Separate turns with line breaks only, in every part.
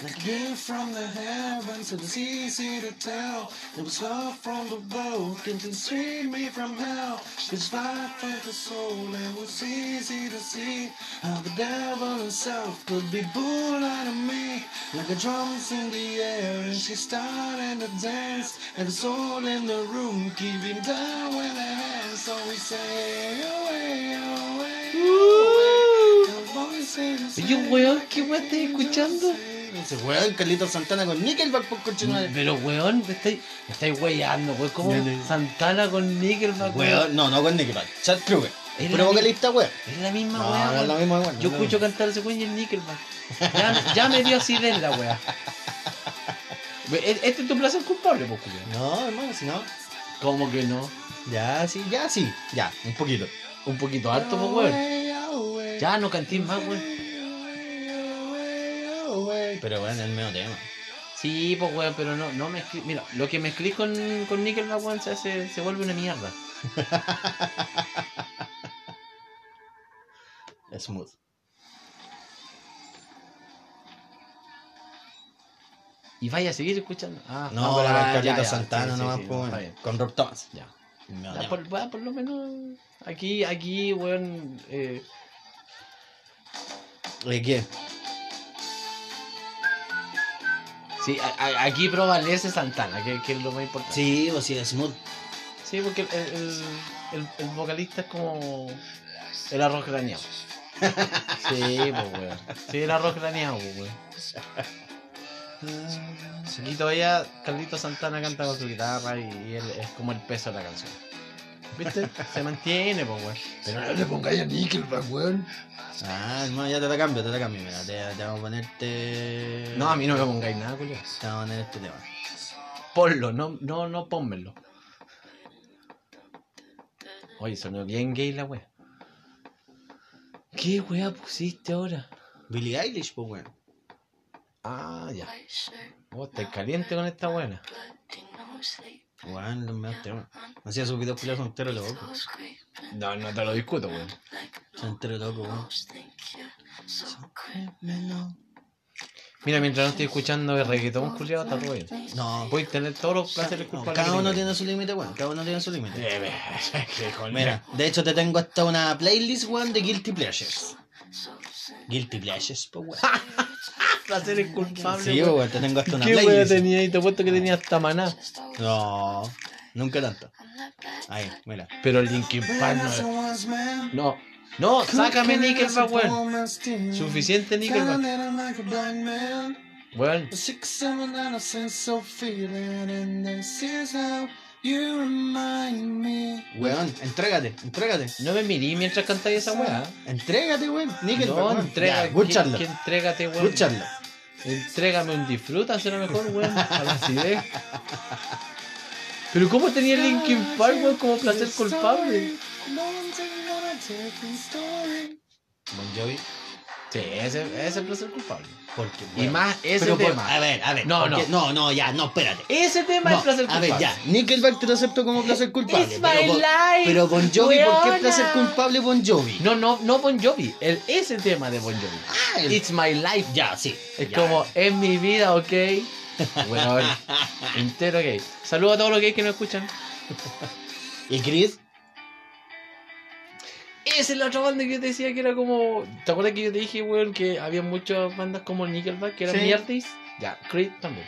And a gift from the heavens, it was easy to tell. It was love from the boat, it can save me from hell. It's life for the soul, it was easy to see how the devil himself could be bull out of me. Like a drums in the air, and she started to dance. And the soul in the room, keeping down with her hands. So we say, away, away.
Y yo, weón, ¿qué weón estás escuchando?
Ese weón, Carlito Santana con Nickelback, pues, por coche
Pero, weón, me estáis, me estáis weyando, weón. Como
Ya, ya.
Santana con Nickelback,
Weón, no, no con Nickelback. Chad Kruger.
Es
Puro
la-
vocalista, weón.
Es la misma
No,
weá,
no es
weón.
la misma weá, no
Yo
es la
escucho
misma.
cantar ese weón y el Nickelback. Ya, ya me dio así de la weá. Ve, e- Este es tu placer culpable, pues, culiao.
No, hermano, si no.
¿Cómo que no?
Ya, sí, ya, sí. Ya, un poquito.
Un poquito harto, pues, weón. Ya no cantís más, weón.
Pero bueno, es el medio tema.
Sí, pues, weón, pero no, no mezclís. Mira, lo que mezclís con, con Nickelback, weón, se, hace- se vuelve una mierda.
Smooth.
Y vaya a seguir escuchando. Ah,
No,
pero
pero
ah,
Carlito
ya, ya,
Santana
sí, sí,
nomás,
sí,
pues,
está
bueno.
bien.
Con Rob Thomas.
Ya.
El medio
Ya,
tema.
por, ah, por lo menos. Aquí, aquí, weón. Eh,
¿De qué?
sí, a- a- aquí prevalece Santana, que, que es lo más importante.
Sí, o sí, Smooth.
Sí, porque el, el, el- el vocalista es como el arroz graneado. Sí, pues, weón. Sí, el arroz graneado, pues, weón.
Ah,
Aquí todavía Carlito Santana canta con su guitarra y, y él es como el peso de la canción. ¿Viste? Se mantiene, pues, weón.
Pero no le pongáis a Nickelback, weón. Ah, hermano, ya te la cambio, te la cambio. Mira, te, te vamos a ponerte.
No, a mí no me pongáis nada, culiao.
Te vamos a poner este tema.
Ponlo, no, no, no pónmelo. Oye, sonó bien gay la wea. ¿Qué wea pusiste ahora?
Billie Eilish, pues, weón.
Ah, ya. Vos estás caliente con esta buena.
Weón, los medios temas. Hacía sus videos culiados, son entero locos.
No, no te lo discuto, weón.
Son entero locos, weón.
Mira, mientras no estoy escuchando el reggaetón, culiado, está todo bien.
No, pues,
Voy a tener todos los placeres
no,
culpables.
cada
que
uno tiene
tengáis.
su límite, weón. Cada uno tiene su límite.
Eh, ve, qué colmena.
Mira, de hecho te tengo hasta una playlist, weón, de Guilty Pleasures. Guilty Pleasures, pues, weón.
placeres culpables.
Sí,
Ah, weón.
weón, te tengo hasta una
¿Qué wea
playlist.
tenía ahí? Te puesto que tenía hasta maná.
No, nunca tanto. Ahí, mira.
Pero Linkin Park no. No, no, sácame Nickelback, weón. Suficiente Nickelback. Weón,
Weón, entrégate, entrégate.
no me mirí mientras cantáis esa weá.
Entrégate, weón. Nickelback.
No,
weón.
entrega,
Ya,
que-
Escúchalo.
que entrégate, weón.
Escúchalo.
Entrégame un disfruta, será mejor, weón. A la acidez. Pero ¿cómo tenía Linkin Park, weón, como placer culpable?
Bon Jovi.
Sí, ese ese es el placer culpable.
Porque,
Y más ese
Pero por-
tema.
a ver, a ver.
No,
porque- no, no, ya, no, espérate.
Ese tema es
No,
placer
a
culpable.
ver, ya. Nickelback te lo acepto como placer culpable.
It's
pero
my
Bon-
life,
Pero Bon Jovi, ¿por qué
weona.
placer culpable Bon Jovi?
No, no, no Bon Jovi. El, ese tema de Bon Jovi.
Ah, el-
It's my life.
Ya, sí.
Es
ya.
como, es mi vida, ok. Bueno, entero gay. Saludos a todos los gays que no escuchan.
¿Y Chris?
Esa es la otra banda que yo te decía que era como. ¿Te acuerdas que yo te dije, weón, que había muchas bandas como Nickelback que eran
Sí.
mierdas? Ya, Creed también.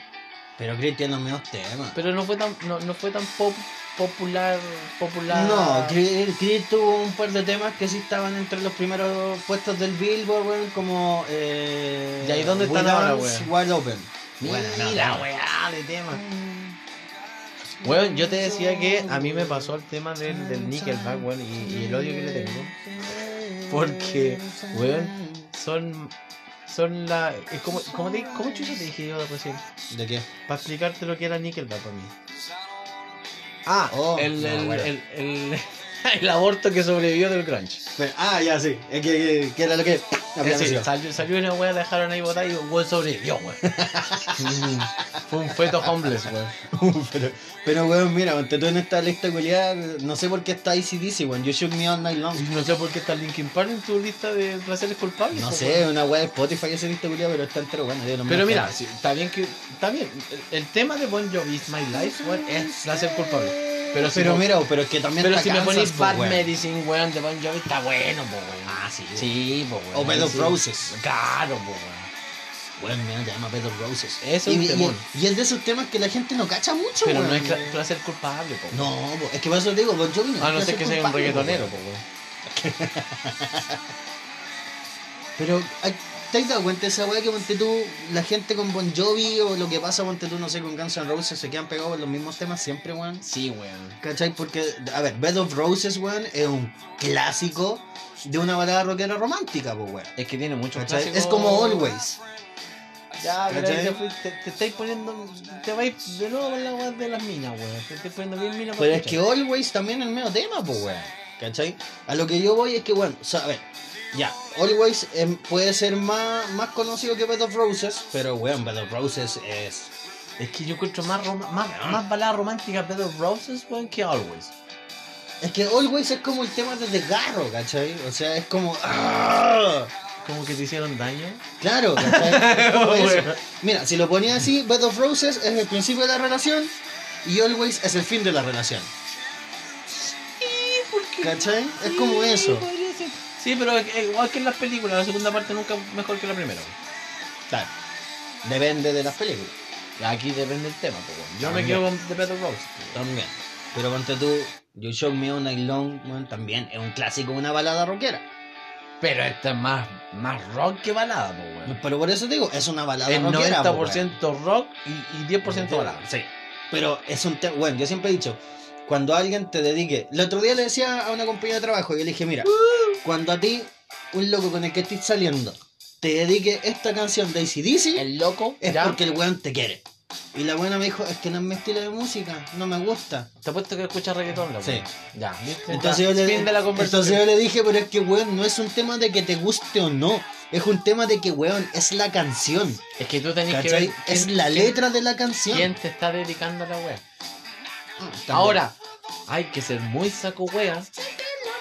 Pero Chris tiene los mismos temas.
Pero no fue tan, no, no fue tan pop- popular. popular.
No, Creed, Creed tuvo un par de temas que sí estaban entre los primeros puestos del Billboard, weón, como... Eh,
¿Y ahí dónde están
We
ahora,
Dance Wide Open. Bueno, no,
Mira,
no.
weá, de tema. Weón, yo te decía que a mí me pasó el tema del, del Nickelback, weón, y, y el odio que le tengo. Porque, weón, son. Son la. Es como, como te, ¿Cómo chucha te dije yo recién?
¿De qué?
Para explicarte lo que era Nickelback para mí. Ah,
Oh,
el,
no,
el,
bueno.
el, el, el aborto que sobrevivió del grunge.
Pero- ah, ya, sí. Es que, que- que era lo que...
Es decir, salió, salió una weá, la dejaron ahí botada y weón sobrevivió, weón. Mm, Fue un feto homeless, weón.
pero, pero, weón, mira, ante todo en esta lista culiada, no sé por qué está ICDC, weón. You shook me all night long.
No sé por qué está Linkin Park en tu lista de placeres culpables.
No
po,
sé,
weón.
una weá de Spotify esa lista culiada, pero está entero, bueno. yo no me
Pero mira,
acuerdo.
sí, está bien que. Está bien. El, el tema de Bon Jovi Is My Life, weón, es placer culpable. Pero si,
pero
me,
mira, pero es que también
pero
está
si me
Kansas,
pones
po,
Bad
weón.
Medicine, weón, de Bon Jovi, está bueno, po, weón.
Ah, sí.
Sí, po, weón.
O Bed
ahí
of
sí.
Roses.
Claro, po, weón.
Weón, mira, se llama Bed of Roses.
Es
y,
un
y-
temón.
y es de esos temas que la gente no cacha mucho,
Pero
weón.
no es cla- placer culpable, po.
No, po, es que por eso te digo, Bon Jovi no
A
es
no
placer
ser que sea un
culpable, po,
reggaetonero,
weón.
po, weón.
Pero, ay, ¿te has dado cuenta de esa weá que ponte tú, la gente con Bon Jovi o lo que pasa, ponte tú, no sé, con Guns N' Roses se quedan pegados en los mismos temas siempre, weón?
Sí, weón.
¿Cachai? Porque, a ver, Bed of Roses, weón, es un clásico de una balada rockera romántica, pues, weón.
Es que tiene muchos
¿Cachai?
clásicos.
Es como Always.
Ya, pero ahí
¿Cachai?
te, fui- te, te estáis poniendo. Te vais de nuevo con la weá de las minas, weón. Te estáis poniendo bien minas para
Pero es que
escuchar.
Always también es el medio tema, pues, weón. ¿Cachai? A lo que yo voy es que, bueno, o sea, a ver, ya, Always em, puede ser más, más conocido que Bed of Roses, pero, weón, Bed of Roses es...
Es que yo encuentro más, roma- más, más baladas románticas Bed of Roses, weón, que Always.
Es que Always es como el tema de desgarro, ¿cachai? O sea, es como... ¡ah!
Como que te hicieron daño.
Claro, ¿cachai? Es como eso.
Bueno.
Mira, si lo ponía así, Bed of Roses es el principio de la relación y Always es el fin de la relación. ¿Cachai? Es como eso.
Sí, pero es- es igual que en las películas, la segunda parte nunca mejor que la primera. weón.
Claro. Depende de las películas.
Aquí depende del tema, pues, weón. Yo
Ah,
me
ya.
quedo con The Bed of Roses.
También. Pero ponte tú, You Show Me All Night Long, bueno, también es un clásico, una balada rockera.
Pero esta es más, más rock que balada, pues, weón.
Pero por eso te digo, es una balada
Es
rockera. po,
90% rock y, y 10%
weón.
balada.
Sí. Pero es un tema, bueno, yo siempre he dicho, cuando alguien te dedique, el otro día le decía a una compañera de trabajo, yo le dije, mira, cuando a ti, un loco con el que estés saliendo, te dedique esta canción de ACDC,
El loco,
es
ya.
porque el weón te quiere. Y la buena me dijo, es que no es mi estilo de música, no me gusta.
Te apuesto que escuchas reggaetón, la
Sí.
weá. Ya, ¿viste?
Entonces
Ya,
yo, le,
fin de la
entonces yo
conversación.
le dije, pero es que weón, no es un tema de que te guste o no. Es un tema de que weón, es la canción.
Es que tú tenés que ver.
¿Cachai? Es
quién-
la
quién-
letra de la canción.
¿Quién te está dedicando a la wea?
También.
Ahora, hay que ser muy saco wea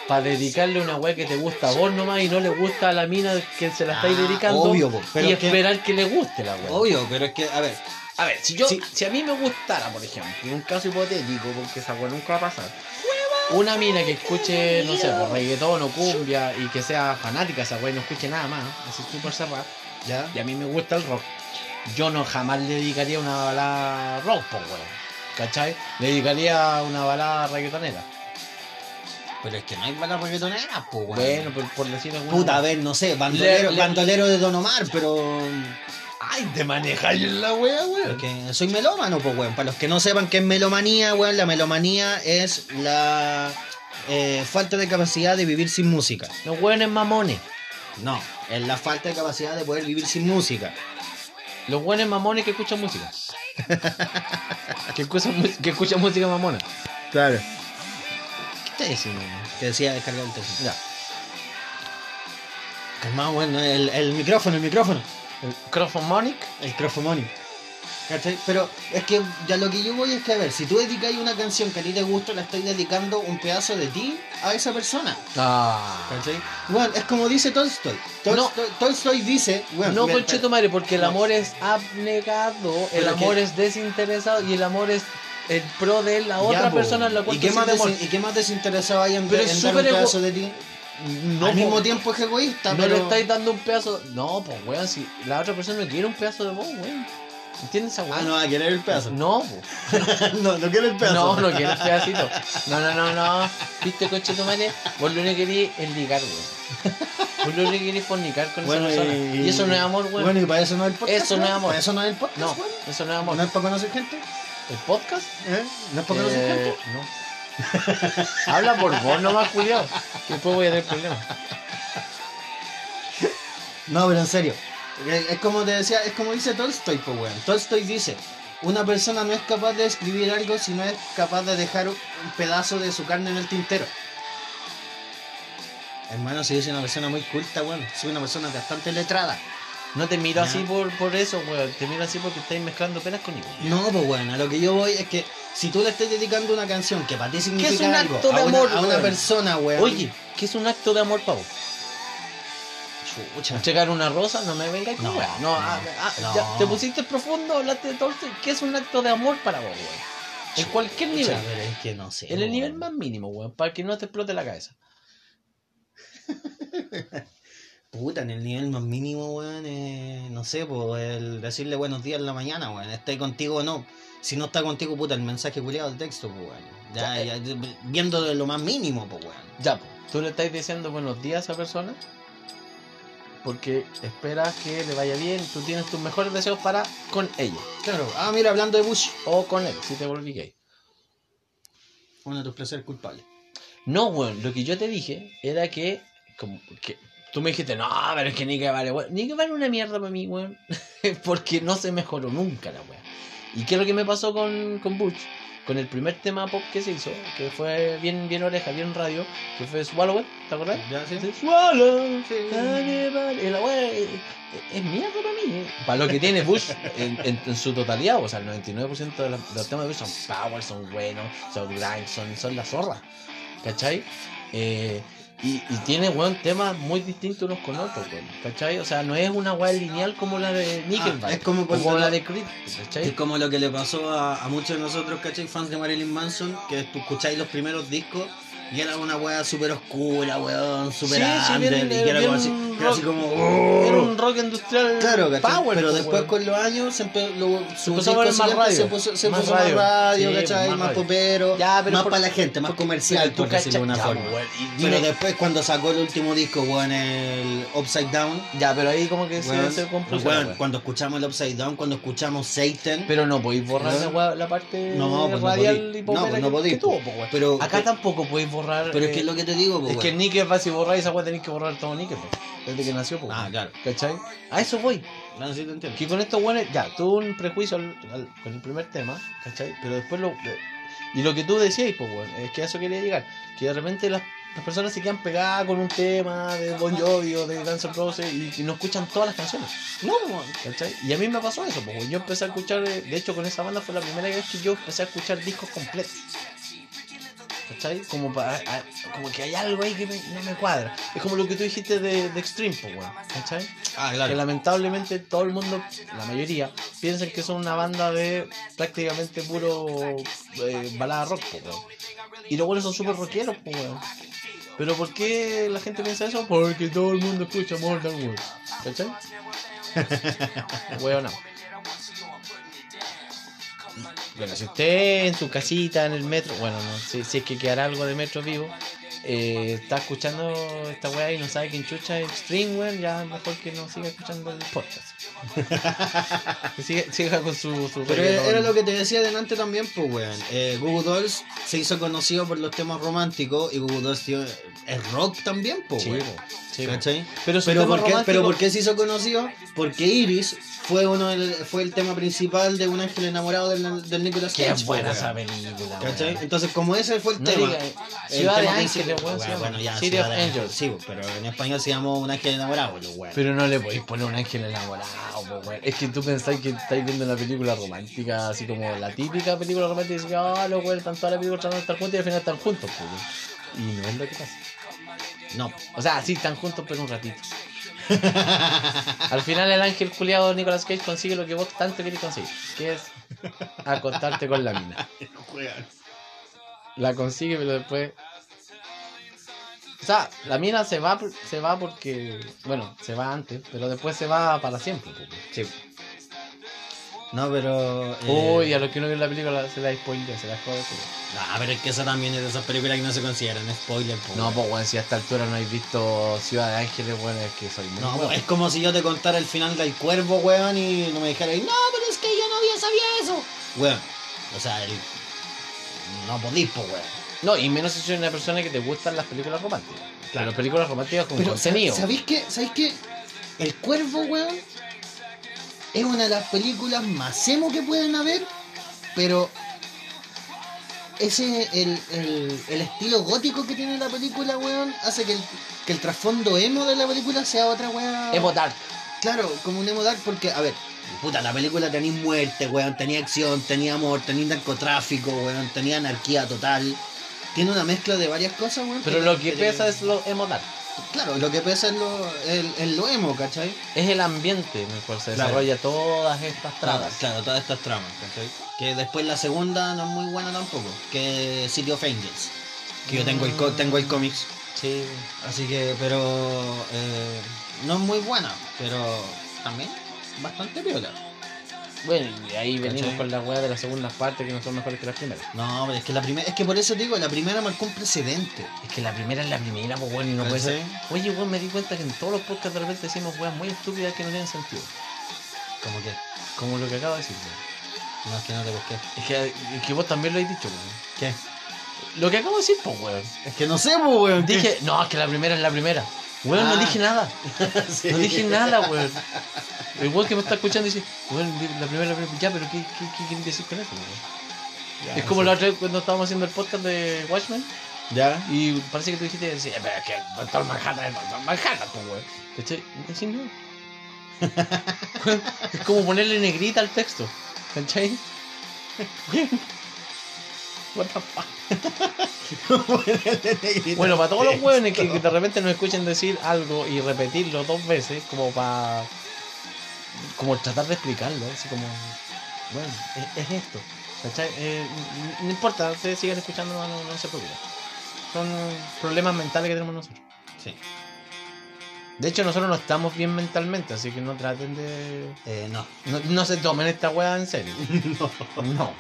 para dedicarle una wea que te gusta a vos nomás y no le gusta a la mina que se la estáis
Ah,
dedicando.
obvio, po, pero
y
que-
esperar que le guste la wea.
Obvio, pero es que, a ver,
A ver, si yo,
Sí.
si a mí me gustara, por ejemplo, en un caso hipotético, porque esa weá nunca va a pasar, una mina que escuche, no sé, pues, reggaetón o cumbia y que sea fanática de esa weá y no escuche nada más, así súper cerrada,
ya.
y a mí me gusta el rock, yo no jamás le dedicaría una balada rock, por weón, ¿cachai? Le dedicaría una balada reggaetonera.
Pero es que no hay balas reggaetoneras, pues weón.
Bueno, por, por decir alguna.
Puta, a ver, no sé, bandolero,
Le- ¿Eh? le-
bandolero de Don Omar, pero.
Ay, te manejáis la wea,
pero
weón.
que soy melómano, pues weón. Para los que no sepan qué es melomanía, weón, la melomanía es la eh, falta de capacidad de vivir sin música.
Los weones mamones.
No, es la falta de capacidad de poder vivir sin música.
Los buenos mamones que escuchan música. que, escuchan, mu- que escuchan música mamona.
Claro.
¿Qué está diciendo?
Que decía descargar el teléfono.
Ya.
Calmado, bueno, el, el micrófono, el micrófono.
El Crofomonic.
El crofomonio. ¿Cachai? Pero es que ya lo que yo voy es que, a ver, si tú dedicas una canción que a ti te gusta, la estoy dedicando un pedazo de ti a esa persona.
Ah.
¿Cachai? Bueno, es como dice Tolstoy. Tolstoy, Tolstoy dice, bueno,
No,
me-
concheto madre, porque el
No.
amor es abnegado, el
Pero
amor
que-
es desinteresado y el amor es el pro de la
ya,
otra
po.
persona en la cual
¿Y
tú
qué, más
sientes
desin- ¿Y qué más desinteresado hay en,
Pero
en dar
es
un
súper ego-
pedazo de ti?
amor.
Al mismo
po.
tiempo es egoísta,
No
pero...
le estáis dando un pedazo. No, pues weón, si la otra persona no quiere un pedazo de vos, weón. ¿Entiendes esa weón?
Ah, no, a querer el pedazo.
No, po.
no, no quiero el pedazo.
no, no quiero el pedacito. No, no, no, no. Viste, coche tu madre, vos lo único que querés es ligar, weón. Vos lo único que querés es fornicar con
Bueno,
esa persona. Y... eso no es amor, weón.
Bueno, y para eso no es el podcast.
Eso no es
weón.
amor.
Para eso no es el podcast,
no,
weón.
eso no es amor.
¿No es para conocer gente?
¿El podcast?
¿Eh? ¿No es para conocer
Eh,
gente?
no. Habla por vos nomás, culiao. Que después voy a tener problemas.
No, pero en serio. Eh, Es como te decía, es como dice Tolstoy, pues weón. Tolstoy dice, una persona no es capaz de escribir algo si no es capaz de dejar un pedazo de su carne en el tintero. Hermano, si yo soy una persona muy culta, weón. Soy una persona bastante letrada.
No te miro
Ya.
así por, por eso, weón. Te miro así porque estáis mezclando penas con higos.
No, pues bueno, a lo que yo voy es que si tú le estás dedicando una canción que para ti significa
es un
algo,
acto de
a, una,
amor,
a una
weón.
persona, weón.
Oye, ¿qué es un acto de amor para vos?
chucha.
Checar una rosa, no me vengas con
No,
weá. No, ah, ah,
no.
ya, te pusiste profundo, hablaste de torce. ¿Qué es un acto de amor para vos, weón? En cualquier nivel.
Chucha, pero es que no sé.
En el
weón.
nivel más mínimo, weón, para que no te explote la cabeza.
Puta, en el nivel más mínimo, weón, eh, no sé, pues el decirle buenos días en la mañana, weón, esté contigo o no. Si no está contigo, puta, el mensaje culiado del texto, pues weón. Ya, ya, viendo de lo más mínimo, pues weón.
Ya, po, tú le estás diciendo buenos días a esa persona porque esperas que le vaya bien, tú tienes tus mejores deseos para con ella
Claro, ah, mira, hablando de Bush,
o con él, si te volví gay.
uno de tus placeres culpables.
No, weón, lo que yo te dije era que, como que tú me dijiste, no, pero es que ni que vale, weón. Ni que vale una mierda para mí, weón. Porque no se mejoró nunca la weón. ¿Y qué es lo que me pasó con, con Butch? Con el primer tema pop que se hizo, que fue bien, bien oreja, bien radio, que fue Swallow, ¿te acordás?
¿Ya ¿Eh? sí?
Dice, Swallow,
Sí.
dale, vale". Y la weá es, es mierda para mí. eh. Para lo que tiene Bush en, en- en su totalidad, o sea, el 99% de, las- de los temas de Bush son power, son buenos, son grind, son, son la zorra. ¿Cachai? Eh, y, y tiene, weón, temas muy distintos unos con otros, weón. ¿Cachai? O sea, no es una weá lineal como la de Nickelback.
Ah, es como
o
cuando
como
lo-
la de Creed,
Es
¿cachai?
como lo que le pasó a, a muchos de nosotros, ¿cachai? Fans de Marilyn Manson, que tú escucháis los primeros discos y era una weá súper oscura, weón, súper
sí,
under,
bien-
y que era
bien
como así, era así
rock.
como...
Era un rock industrial
Claro, ¿cachai?
power,
pero
po,
después
weón.
con los años se empe- lo- su
puso a
disco
poner más
siguiente se
radio.
puso, se
Más
puso más
radio.
radio,
Sí,
¿cachai?
más
Más
radio.
popero,
Ya, pero
más
por-
para la gente, más comercial,
Pero tú
por decirlo de una
cachai-
forma.
ya, weón, y dime-
Pero después cuando sacó el último disco, weón, el Upside Down,
Ya, pero ahí como que se-
weón,
se, compuso.
weón,
la weá.
cuando escuchamos el Upside Down, cuando escuchamos Satan,
Pero no podéis borrar
Weón.
la, weá- la parte
¿Eh? No, pues no
radial
podí.
y popera
No, pues no
que-
podí,
que
pues.
tuvo, po, weón.
Pero-
Acá
pero-
tampoco podéis borrar.
pero es que
eh,
es lo que te digo, po,
es que
weón.
el níquel va si borrar esa weá tenéis que borrar todo níquel. po, Desde que nació, po,
Ah,
weón.
claro.
¿Cachai? A eso voy.
No, sí te entiendo.
Que con estos weones, ya, tuvo un prejuicio al- al- con el primer tema, ¿cachai? Pero después lo. eh, Y lo que tú decías, pues, weón, es que a eso quería llegar. Que de repente las, las personas se quedan pegadas con un tema de Bon Jovi o de Guns N' Roses y, y no escuchan todas las canciones.
No, pues, weón.
¿Cachai? Y a mí me pasó eso, porque yo empecé a escuchar, eh, de hecho con esa banda fue la primera vez que yo empecé a escuchar discos completos. ¿Cachai? Como, para, a- como que hay algo ahí que me- no me cuadra. Es como lo que tú dijiste de, de Extreme, po, weón, ¿cachai?
Ah,
Que
claro.
lamentablemente todo el mundo, la mayoría, piensan que son una banda de prácticamente puro eh, balada rock, po, weón. Y los buenos son súper rockeros, po, weón. Pero ¿por qué la gente piensa eso? Porque todo el mundo escucha Mortal World. ¿Cachai? Weón, no. Bueno, si usted en su casita, en el metro, bueno, no, si, si es que quedará algo de metro vivo, eh, está escuchando esta weá y no sabe quién chucha es Extreme, weón, ya mejor que no siga escuchando el podcast. Que siga, siga con su, su
Pero
reggaetón.
era lo que te decía delante también, pues, weón. Eh, Google Dolls se hizo conocido por los temas románticos y Google Dolls tío, es rock también, pues,
Sí,
weón.
po, sí, po.
¿Cachai?
Pero
Pero,
su tema
¿por qué, pero
romántico-
¿por qué se hizo conocido? Porque Iris fue uno del- fue el tema principal de Un ángel enamorado del, del Nicolas
Qué
Cage. po,
buena
weón.
esa película,
¿Cachai?
weón.
Entonces, como ese fue el
No
tema.
diga-
el
Ciudad de
tema
Ángeles,
principal-
weón, se llama.
Bueno, ya,
City
Ciudad
of
de Ángeles,
Angels.
Sí, po, pero en español se llamó Un ángel enamorado, pues, weón.
Pero no le podéis poner un ángel enamorado, po, weón. Es que tú pensáis que estáis viendo una película romántica, así como la típica película romántica, y decís, ah, los weones están toda la película tratando de estar juntos y al final están juntos, po, weón. Y no es lo que pasa.
No.
O sea, sí, están juntos, pero un ratito. Al final, el ángel culiado de Nicolas Cage consigue lo que vos tanto querés conseguir, que es acostarte con la mina. La consigue, pero después. O sea, la mina se va, se va porque. Bueno, se va antes, pero después se va para siempre. po.
Sí. No, pero. eh,
Uy, a los que no vieron la película se la spoilea, se la joder. pero-
Ah, pero es que esa también es de esas películas que no se consideran spoiler. po,
No,
weón.
pues bueno, si a esta altura no habéis visto Ciudad de Ángeles, bueno, es que soy muy
No,
hueón.
po, es como si yo te contara el final del cuervo, weón, y no me dijera, no, pero es que yo no había sabido eso. Weón, o sea, el... no podís, po, weón.
No, y menos si soy una persona que te gustan las películas románticas. Claro, las películas románticas con contenido.
¿sabéis qué? ¿Sabéis qué? El cuervo, weón, es una de las películas más emo que pueden haber, pero ese el, el, el estilo gótico que tiene la película, weón, hace que el, que el trasfondo emo de la película sea otra weón.
Emo Dark.
Claro, como un emo dark, porque, a ver, puta, la película tenía muerte, weón, tenía acción, tenía amor, tenía narcotráfico, weón, tenía anarquía total. Tiene una mezcla de varias cosas, weón.
Pero lo que pesa es lo emo dark.
Claro, lo que pesa es lo, el, el lo emo, ¿cachai?
Es el ambiente en el cual se
Claro.
desarrolla todas estas tramas.
Claro, todas estas tramas, ¿cachai? Que después la segunda no es muy buena tampoco, que es City of Angels. Que yo tengo el, co- tengo el cómics.
Sí.
Así que, pero... eh, no es muy buena, pero también bastante viola.
Bueno, y ahí venimos
¿Cachai?
con la weá de las segundas partes que no son mejores que las primeras.
No, pero es que la primera, es que por eso te digo, la primera marcó un precedente.
Es que la primera es la primera, pues bueno, y no puede ser. Oye, weón, me di cuenta que en todos los podcasts de repente decimos weas muy estúpidas que no tienen sentido.
Como que,
Como lo que acabo de decir, weón.
no es que no te busqué.
Es que, es que vos también lo habéis dicho, weón.
¿Qué?
Lo que acabo de decir, pues weón.
Es que no sé, pues, weón. ¿qué?
Dije, no, es que la primera es la primera. Weón,
Ah.
no dije nada.
Sí.
No dije nada, weón. El weón que me está escuchando dice, weón, la primera, la primera. Ya, pero ¿qué, qué, qué quieres decir con eso, weón?
Ya,
es como
sí.
la otra vez cuando estábamos haciendo el podcast de Watchmen.
Ya.
Y parece que tú dijiste, sí, pero es que el Doctor Manhattan es Doctor Manhattan, pues, weón. ¿Cachai? Así no. Weón, es como ponerle negrita al texto. ¿Cachai? Weón. What the fuck. Bueno, para todos los hueones que, que de repente nos escuchen decir algo y repetirlo dos veces, como para. como tratar de explicarlo, así como. bueno, es, es esto. ¿cachai? Eh, n- no importa, ustedes sigan escuchando, no, no- no se preocupen. Son problemas mentales que tenemos nosotros.
Sí.
De hecho, nosotros no estamos bien mentalmente, así que no traten de.
Eh, no.
No, no se tomen esta hueá en serio.
no.
No.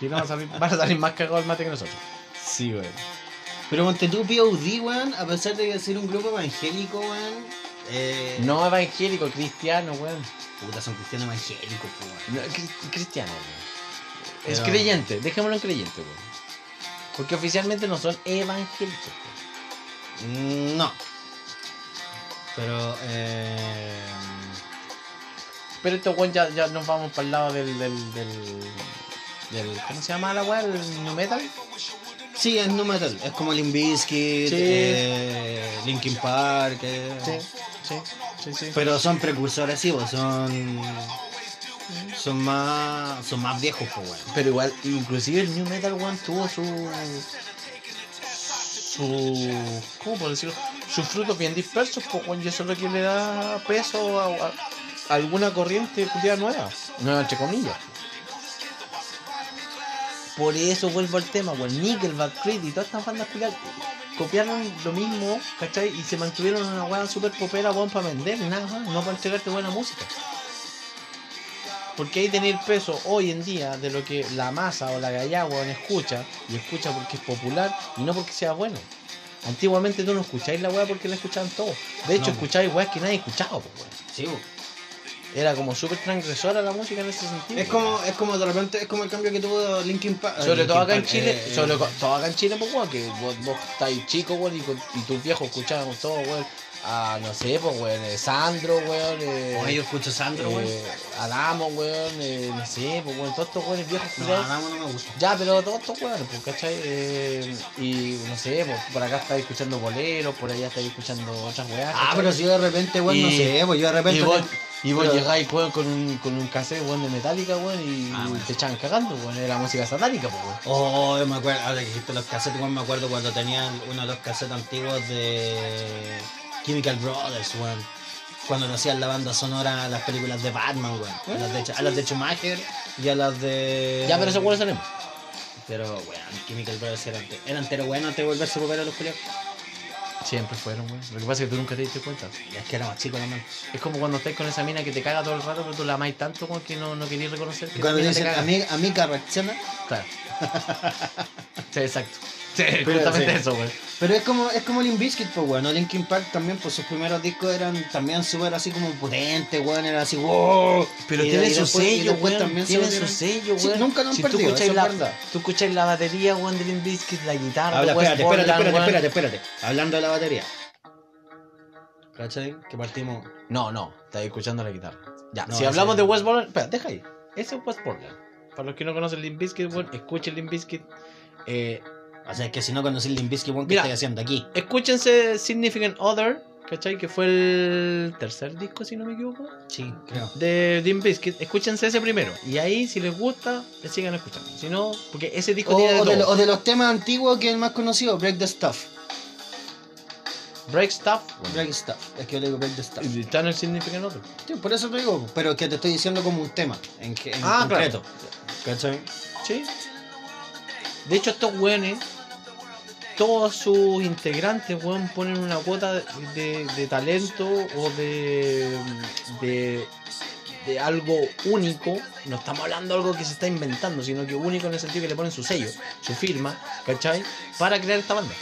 Si no, van a salir, van a salir más cagados al mate que nosotros.
Sí, weón. Pero ponte tú, POD, weón, a pesar de ser un grupo evangélico, weón. Eh,
No evangélico, cristiano, weón.
Puta, son cristianos evangélicos, pues, weón.
No, cri- cristiano, weón. Es
Pero-
creyente, dejémoslo en creyente, weón. Porque oficialmente no son evangélicos. weón.
Mm, No. Pero, eh.
Pero estos weón ya, ya nos vamos para el lado del, del, del, del- ¿Cómo se llama la weón? ¿El New Metal?
Sí, es no metal. Es como Limp Bizkit,
Sí.
eh, Linkin Park. eh.
sí, sí, sí.
Pero son precursores, sí, pues, son. Son más. Son más viejos, pues, weón.
Pero igual, inclusive el New Metal One tuvo su. su. ¿cómo puedo decirlo? sus frutos bien dispersos, pues weón, y eso es lo que le da peso a, a- a alguna corriente culiada nueva. Nueva entre comillas. Por eso vuelvo al tema, weón. Nickelback, Creed y todas estas bandas culiadas copiaron lo mismo, ¿cachai? Y se mantuvieron en una weá super popera, weón, para vender, nada más, no para entregarte buena música. Porque ahí tener peso hoy en día de lo que la masa o la galla weón escucha, y escucha porque es popular y no porque sea bueno. Antiguamente tú no escucháis la weá porque la escuchaban todos. De hecho,
No, po.
escucháis weas que nadie escuchaba, po, weón.
Sí, pues.
Era como súper transgresora la música en ese sentido.
Es
weón.
como, es como de repente, es como el cambio que tuvo Linkin Park.
Sobre
Linkin
todo acá en
Park,
Chile,
eh,
sobre co- todo acá en Chile, pues, weón, que vos, vos estáis chico, weón, y, con- y tus viejos escuchaban todo, weón, a, no sé, pues, weón, eh, Sandro, weón, eh,
Oye, yo escucho Sandro, weón.
eh, Adamo, weón, eh, no sé, pues, weón, todos estos weones viejos
No,
culiados.
nada más no me gusta.
Ya, pero todos estos weones, pues, ¿cachai? Eh, y no sé, pues, por acá estáis escuchando boleros, por allá estáis escuchando otras weas.
Ah,
¿cachai?
pero si yo de repente, weón, no
Y-
sé, pues yo de repente.
Y vos, y vos
pero-
llegáis, weón, con un, con un cassette, weón, de Metallica, weón, y
Ah, bueno.
te echaban cagando, weón, era música satánica, pues, weón.
Oh, yo me acuerdo, ahora que dijiste los cassettes, weón, me acuerdo cuando tenían uno de los cassettes antiguos de Chemical Brothers, weón. Cuando le hacían la banda sonora a las películas de Batman, weón. A las de, Ch- a las de Schumacher y a las de.
Ya, pero esos weones son emo.
Pero, weón, Chemical Brothers eran, eran pero bueno antes de volverse popero los culiados.
Siempre fueron, weón. Lo que pasa es que tú nunca te diste cuenta.
Ya es que era más chico la mano.
Es como cuando estás con esa mina que te caga todo el rato, pero tú la amáis tanto como que no, no querías reconocer que
Cuando
esa mina
dicen
te caga.
amiga, amiga reacciona.
Claro. sí, exacto. Sí,
Pero
justamente
sí.
eso, weón.
Pero es como, es como Limp Bizkit, pues, weón. ¿no? Linkin Park también, pues sus primeros discos eran también súper así como potentes, weón. Era así, wow.
Pero
Oh. Y-
tienen
y
su
después- y
sello,
después
weón.
también se
Tienen su
volvieron-
sello,
Sí,
weón.
nunca lo han
si
perdido,
Tú escuchas
eso es
la,
verdad.
tú escuchas la batería, weón, de Limp Bizkit, la guitarra,
Ahora,
West
espérate, espérate,
Borland,
espérate,
weón.
espérate, espérate. Hablando de la batería. ¿Cachai? Que partimos.
No, no, estás escuchando la guitarra. Ya,
No,
si
ese-
hablamos de West Borland, espera, deja ahí. Ese es West Borland. Para los que no conocen Limp Bizkit, weón, escuchen Limp Bizkit. Eh,
O sea, es que si no conocís Limp Bizkit, weón, ¿qué
Mira.
estáis haciendo aquí?
escúchense Significant Other, ¿cachai? Que fue el tercer disco, si no me equivoco,
Sí, creo.
de Dim Biscuit. Escúchense ese primero. Y ahí, si les gusta, le sigan escuchando. Si no, porque ese disco
O,
tiene de
o de, lo-
todo.
o de los temas antiguos que es el más conocido, Break the Stuff.
Break Stuff.
Break the Stuff. Es que yo le digo Break the Stuff.
y Está en el Significant Other.
Sí, por eso te digo, pero que te estoy diciendo como un tema en, que- en
Ah, claro.
concreto. ¿Cachai?
Sí. De hecho, estos weones, todos sus integrantes, weón, ponen una cuota de, de- de talento o de, de, de algo único. No estamos hablando de algo que se está inventando, sino que único en el sentido que le ponen su sello, su firma, ¿cachai? Para crear esta banda.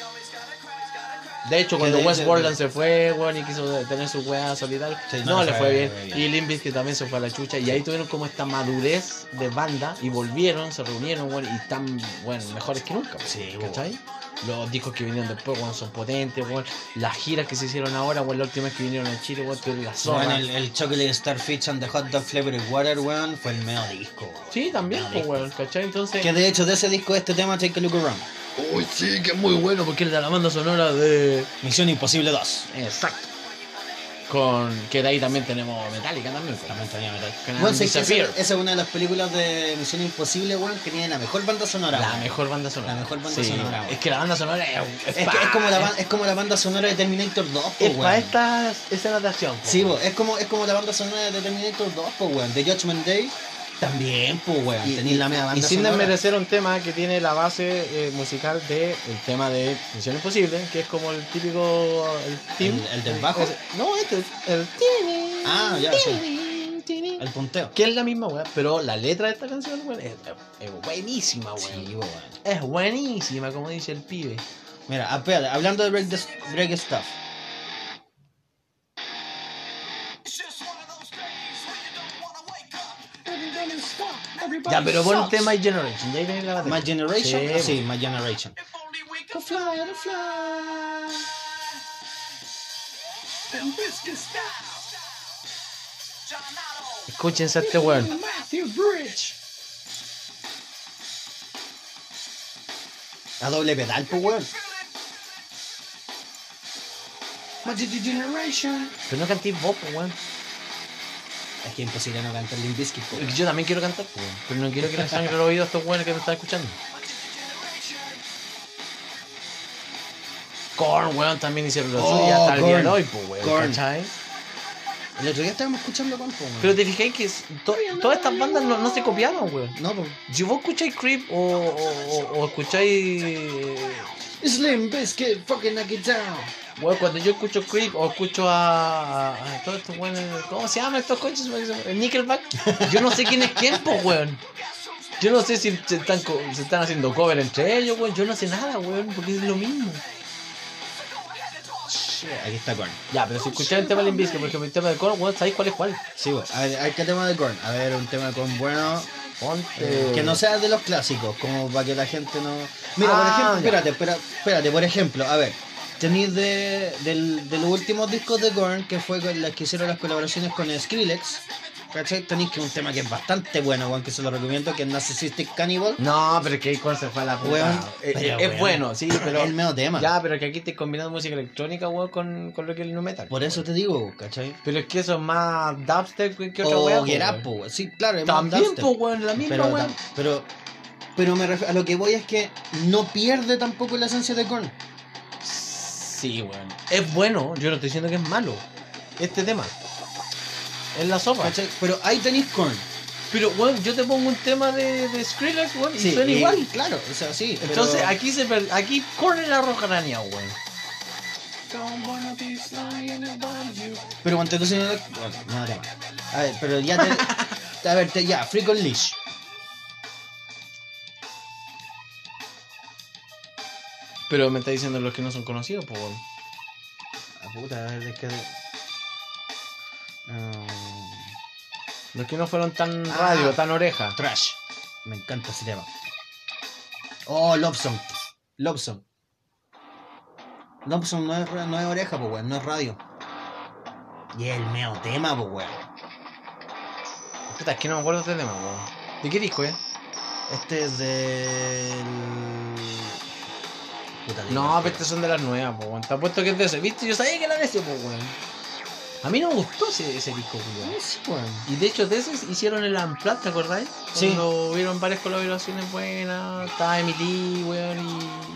De hecho, cuando
de-
Wes
de-
Borland se fue, weón, y quiso tener su weá solitario,
Sí,
no,
no,
le
fue-
fue bien.
fue bien.
Y Limp Bizkit también se fue a la chucha. Y ahí tuvieron como esta madurez de banda. Y volvieron, se reunieron, weón. Y están, bueno, mejores que nunca. weón,
Sí,
¿cachai? Los discos que vinieron después, weón, son potentes, weón. Las giras que se hicieron ahora, weón, la última vez que vinieron a Chile, weón, tuvieron la zona.
Bueno, el, el Chocolate Starfish and the Hot Dog Flavored Water, weón, fue el medio disco, weón.
Sí, también, pues, weón, ¿cachai? Entonces.
Que de hecho de ese disco este tema, Take a Look Around.
Uy, sí, que es muy bueno porque es de la banda sonora de.
Misión Imposible 2.
Exacto. Con. Que de ahí también tenemos Metallica también, pues.
También tenía metal.
Con
Weón, sé
Andy
que esa,
Sapir.
esa es una de las películas de Misión Imposible, weón, que tiene la mejor banda sonora.
La
weón.
mejor banda sonora.
La mejor banda sonora, weón.
Es que la banda sonora es.
Es, que- es como la, ban- es como la banda sonora de Terminator 2, po,
Es para
weón.
estas escenas de acción. po.
Sí, po, es como, es como la banda sonora de Terminator 2, po, weón. De Judgment Day, también, po, weón.
Y-
Tenéis la media banda
pues, Y sin
sonora.
desmerecer un tema que tiene la base eh, musical de el tema de Misión Imposible, que es como el típico el team.
¿El- el del bajo?
Ese- no, este es el tini,
Ah, ya,
tini, tini.
El punteo.
Que es la misma weá, pero la letra de esta canción, weón, es, es buenísima, weón.
Sí, po, weón.
Es buenísima, como dice el pibe.
Mira, ah, espérate, hablando de Break, the, break Stuff.
Ya, pero pon el tema My Generation, ya ahí viene la batería.
My Generation. ah,
Sí,
Sí,
po.
My Generation.
Escúchense a este weón.
A doble pedal, po, weón.
Pero no cantéis vos, po, weón.
Es que es imposible no cantar Limp Bizkit, po, weón.
Yo también quiero cantar, po, weón. Pero no quiero que le sangre los oídos a estos weones que me están escuchando. Korn, weón, también hicieron lo
Oh,
suyo hasta el día de
Korn.
hoy, po, weón.
Korn.
¿cachai?
El otro día estábamos escuchando con, po, weón.
Pero te fijáis que es- to- todas estas bandas no, no se copiaron, weón.
No, po.
Si vos escucháis Creep o, o, o- o escucháis. eh,
Slim Biscuit, fucking knock it down.
Weón, cuando yo escucho Creep o escucho a. a, a todos estos weones. ¿Cómo se llaman estos coches? Nickelback. Yo no sé quién es quién, po, weón. Yo no sé si se están, co- se están haciendo cover entre ellos, weón. Yo no sé nada, weón, porque es lo mismo.
Aquí está Korn.
Ya, pero si escucháis el tema de Limp Bizkit, por ejemplo, el tema de Korn, weón, sabéis cuál es cuál.
Sí, bueno. A ver, hay que tema de Korn. A ver, un tema de Korn bueno.
Ponte.
eh, que no sea de los clásicos, como para que la gente no. Mira, por
Ah,
ejemplo,
ya.
espérate, espera- espérate, por ejemplo, a ver. Tenéis de, del- de los últimos discos de Korn, que fue con las que hicieron las colaboraciones con Skrillex. ¿Cachai? Tenéis que un tema que es bastante bueno, weón, que se lo recomiendo, que es Narcissistic Cannibal.
No, pero que Korn se fue a la puta.
Weón,
Eh,
pero
eh, es
weón.
bueno, sí, pero.
Es el medio tema.
Ya, pero que aquí te combinando música electrónica, weón, con, con lo que es el nu metal.
Por eso te digo, ¿cachai?
Pero es que eso es más dubstep que, que otra
O
weá, po,
Get Up,
weón.
po, weón. Sí, claro, es más
También,
dubstep.
po, weón, la misma,
pero,
weón.
tam- pero pero me refiero, a lo que voy es que no pierde tampoco la esencia de Korn.
Sí, weón. Es bueno, yo no estoy diciendo que es malo. Este tema. Es la sopa.
¿cachai? Pero ahí tenéis Korn.
Pero, weón, yo te pongo un tema de, de Skrillex, weón, y
Sí,
suena
y-
igual.
Claro, o sea, sí. pero-
Entonces, aquí se per... aquí corre la rojaraña, weón.
Pero cuando tú señalas- Bueno, no, tema. A ver, pero ya te... a ver, te- ya, Freak on Leash.
Pero me está diciendo los que no son conocidos, pues, weón.
Ah, puta, a ver, es que... Ah,
Los que no fueron tan
Ah.
radio, tan oreja.
Trash. Me encanta ese tema. Oh, Love Song. Love Song. Love Song no es, no es oreja, pues weón, no es radio. Y es el meo tema, pues weón.
Puta, es que no me acuerdo de este tema, weón. ¿De qué disco, eh?
Este es Este del. Puta, te
No,
digo.
pero este estas son de las nuevas, po, weón. Te apuesto que es de ese, ¿viste? Yo sabía que era de ese, po, weón. A mí no me gustó ese, ese disco, weón.
Sí, weón.
Y de hecho, de ese hicieron el Unplugged, ¿te acordáis?
Sí.
Cuando hubieron varias colaboraciones buenas, estaba Emily, weón,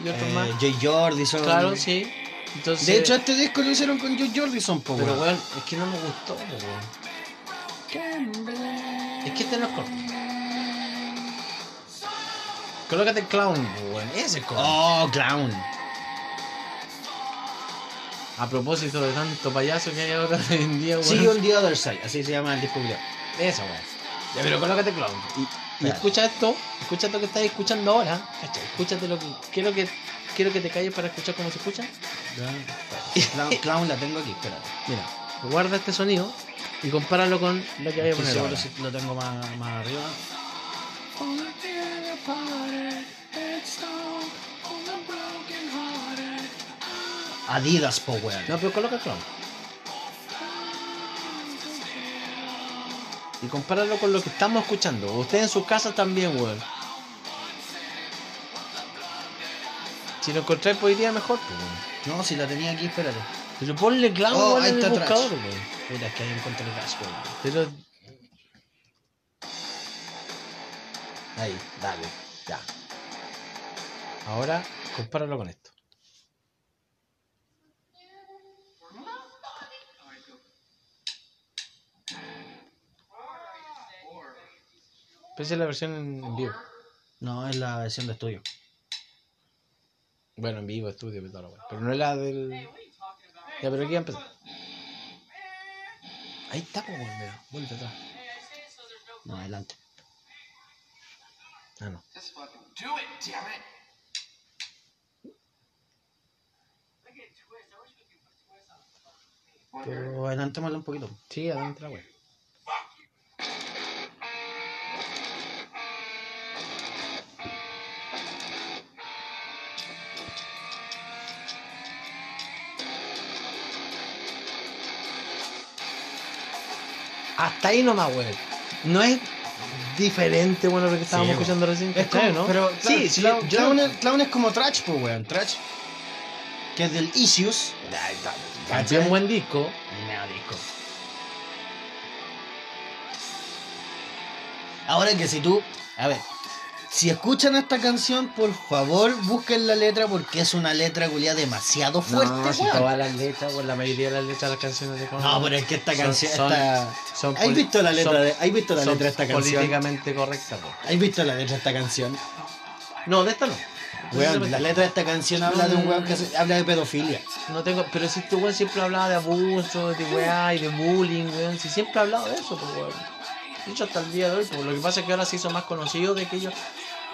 y, y otros más.
Eh, Jay Jordison.
Claro, sí. Entonces,
De hecho, este disco lo hicieron con Jay Jordison, po,
pero
weón.
weón, es que no me gustó, po, weón. Es que este no es corto. Colócate el clown, po, weón. Ese es el corto.
Oh, clown.
A propósito de tanto payaso que hay ahora hoy en día, weón.
See you on the other side, así se llama el disco culiao.
Eso, weón. Ya, pero colócate clown. Y, y
Espérate.
escucha esto, escucha esto que estás escuchando ahora. ¿cachai? Escúchate lo que quiero que quiero que te calles para escuchar cómo se escucha.
Clown, clown la tengo aquí, espérate.
Mira, guarda este sonido y compáralo con lo que voy a
Estoy
poner.
seguro
ahora.
si lo tengo más, más arriba. Adidas, po, weón.
No, pero coloca clown. Y compáralo con lo que estamos escuchando. Ustedes en sus casas también, weón. Si lo encontráis, pues iría mejor, pues, weón.
No, si la tenía aquí, espérate.
Pero ponle clown,
Oh,
weón,
ahí
en
está
el
atrás.
buscador, weón.
Puta, es que ahí encontré el gas, weón.
Pero
Ahí, dale. Ya.
ahora compáralo con esto. Pero Esa Pues es la versión en en vivo.
No, es la versión de estudio.
Bueno, en vivo, estudio, pero, toda la wea. pero no es la del. Ya, pero aquí va a empezar. Ahí está, pues, weón, mira, vuelve atrás.
No, adelante.
Ah, no.
Just fucking do it, damn it.
Pero adelantémoslo un poquito.
Sí, adelante la wea. Hasta ahí nomás, weón. No es diferente, bueno, lo que estábamos
weón.
escuchando recién.
Es
¿cachai,
como,
¿no?
pero
sí, sí,
clown,
yo-
clown, es, clown es como trash, pues, weón. Trash. Que es del Issues.
También un buen disco.
Nada, disco. Ahora que si tú, a ver, si escuchan esta canción, por favor busquen la letra porque es una letra culia demasiado fuerte.
no, si
weón.
todas las letras, weón, la mayoría de las letras de las canciones de Conan
No, pero es que esta
son-
canción
son-
está-
son
¿Has
poli-
visto la letra
son-
de, ¿Has visto la
son
letra de esta canción?
políticamente correcta, po.
¿Has visto la letra de esta canción?
No, de esta no.
Weón, la letra de esta canción habla de un weón que se- habla de pedofilia.
No tengo, pero si este weón siempre hablaba de abuso, de weá y de bullying, weón. Si siempre ha hablado de eso, pues weón. De hecho, hasta el día de hoy, pues lo que pasa es que ahora se hizo más conocido de que ellos.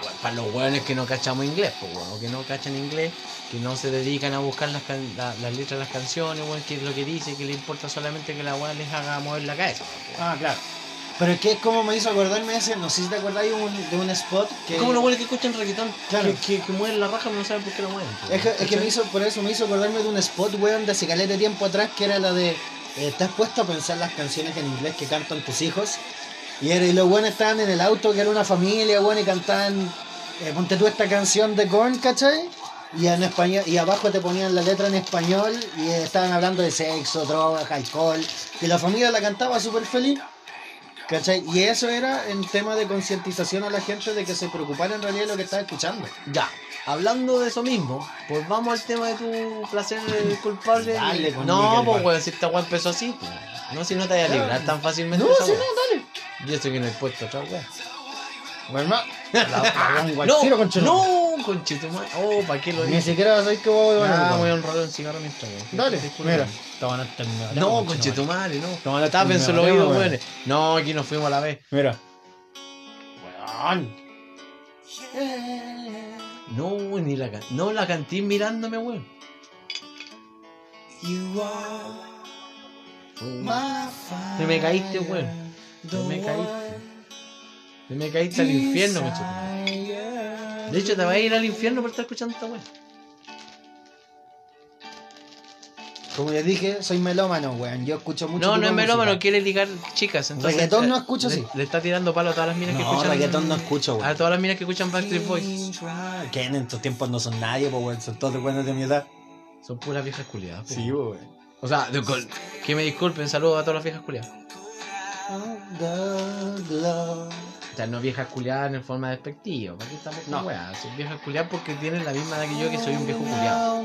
Bueno, para los weones que no cachamos inglés, pues weón, o que no cachan inglés, que no se dedican a buscar las, can- la- las letras de las canciones, weón, que es lo que dice, que le importa solamente que la weá les haga mover la cabeza. weón.
Ah, claro. Pero es que es como me hizo acordarme de ese, no sé si te acordáis un- de un spot que...
Es como los weones que escuchan reggaetón,
Claro.
que, que, que mueven la raja, pero no saben por qué la mueven. pues,
Es que, es que me
¿cachai?
hizo, por eso me hizo acordarme de un spot, weón, de hace caleta de tiempo atrás, que era la de. eh, ¿Estás puesto a pensar las canciones en inglés que cantan tus hijos? Y, era, y los weones estaban en el auto, que era una familia, weón, y cantaban. eh, ponte tú esta canción de Korn, ¿cachai? Y, en español, y abajo te ponían la letra en español y eh, estaban hablando de sexo, drogas, alcohol. Y la familia la cantaba súper feliz. ¿Cachai? Y eso era en tema de concientización a la gente de que se preocupara en realidad de lo que estaba escuchando.
Ya, hablando de eso mismo, pues vamos al tema de tu placer eh, culpable.
Dale, con
no,
Miguel
pues
Bar-
weón, si esta weón empezó así, pues. no, si no te vayas a librar tan fácilmente.
No,
esa
sí,
weá.
no, dale.
Yo estoy en el puesto atrás, weón.
Bueno, ah, la, la lengua al
No,
tiro, conchetumare.
no, conchetumare. Oh, ¿para qué lo
Ni
dices?
siquiera sabéis que voy
Ah,
a
weón, un rollo un cigarro mientras, weón.
Dale,
Te juro,
mira.
weón.
No,
No, conchetumare, no.
No, la-
Tápense los
me
oídos,
vale,
weón. No, aquí nos fuimos a la vez.
Mira.
No, ni la can... No, la canté mirándome, weón.
You are my fire.
Te me caíste, weón. Te me caíste. Te me caíste al infierno, conchetumare. De hecho, te vas a ir al infierno por estar escuchando esta weá.
Como les dije, soy melómano, weón. Yo escucho mucho.
No,
tipo
no es
de
melómano,
música.
quiere ligar chicas. Entonces,
Reggaetón
eh,
no escucho,
le-
sí.
Le está tirando palo a todas las minas que
No,
escuchan.
reggaetón no escucho,
A
weón.
todas las minas que escuchan Backstreet Boys.
Que en estos tiempos no son nadie, pues, weón. Son todos buenos de mi edad.
Son puras viejas culiadas. po.
Sí, pues, weón.
O sea, de- con- que me disculpen, saludos a todas las viejas culiadas. O sea, no viejas culiadas en forma despectiva. ¿Para qué estamos con
No.
weas? Son viejas culiadas porque tienen la misma edad que yo, que soy un viejo culiado.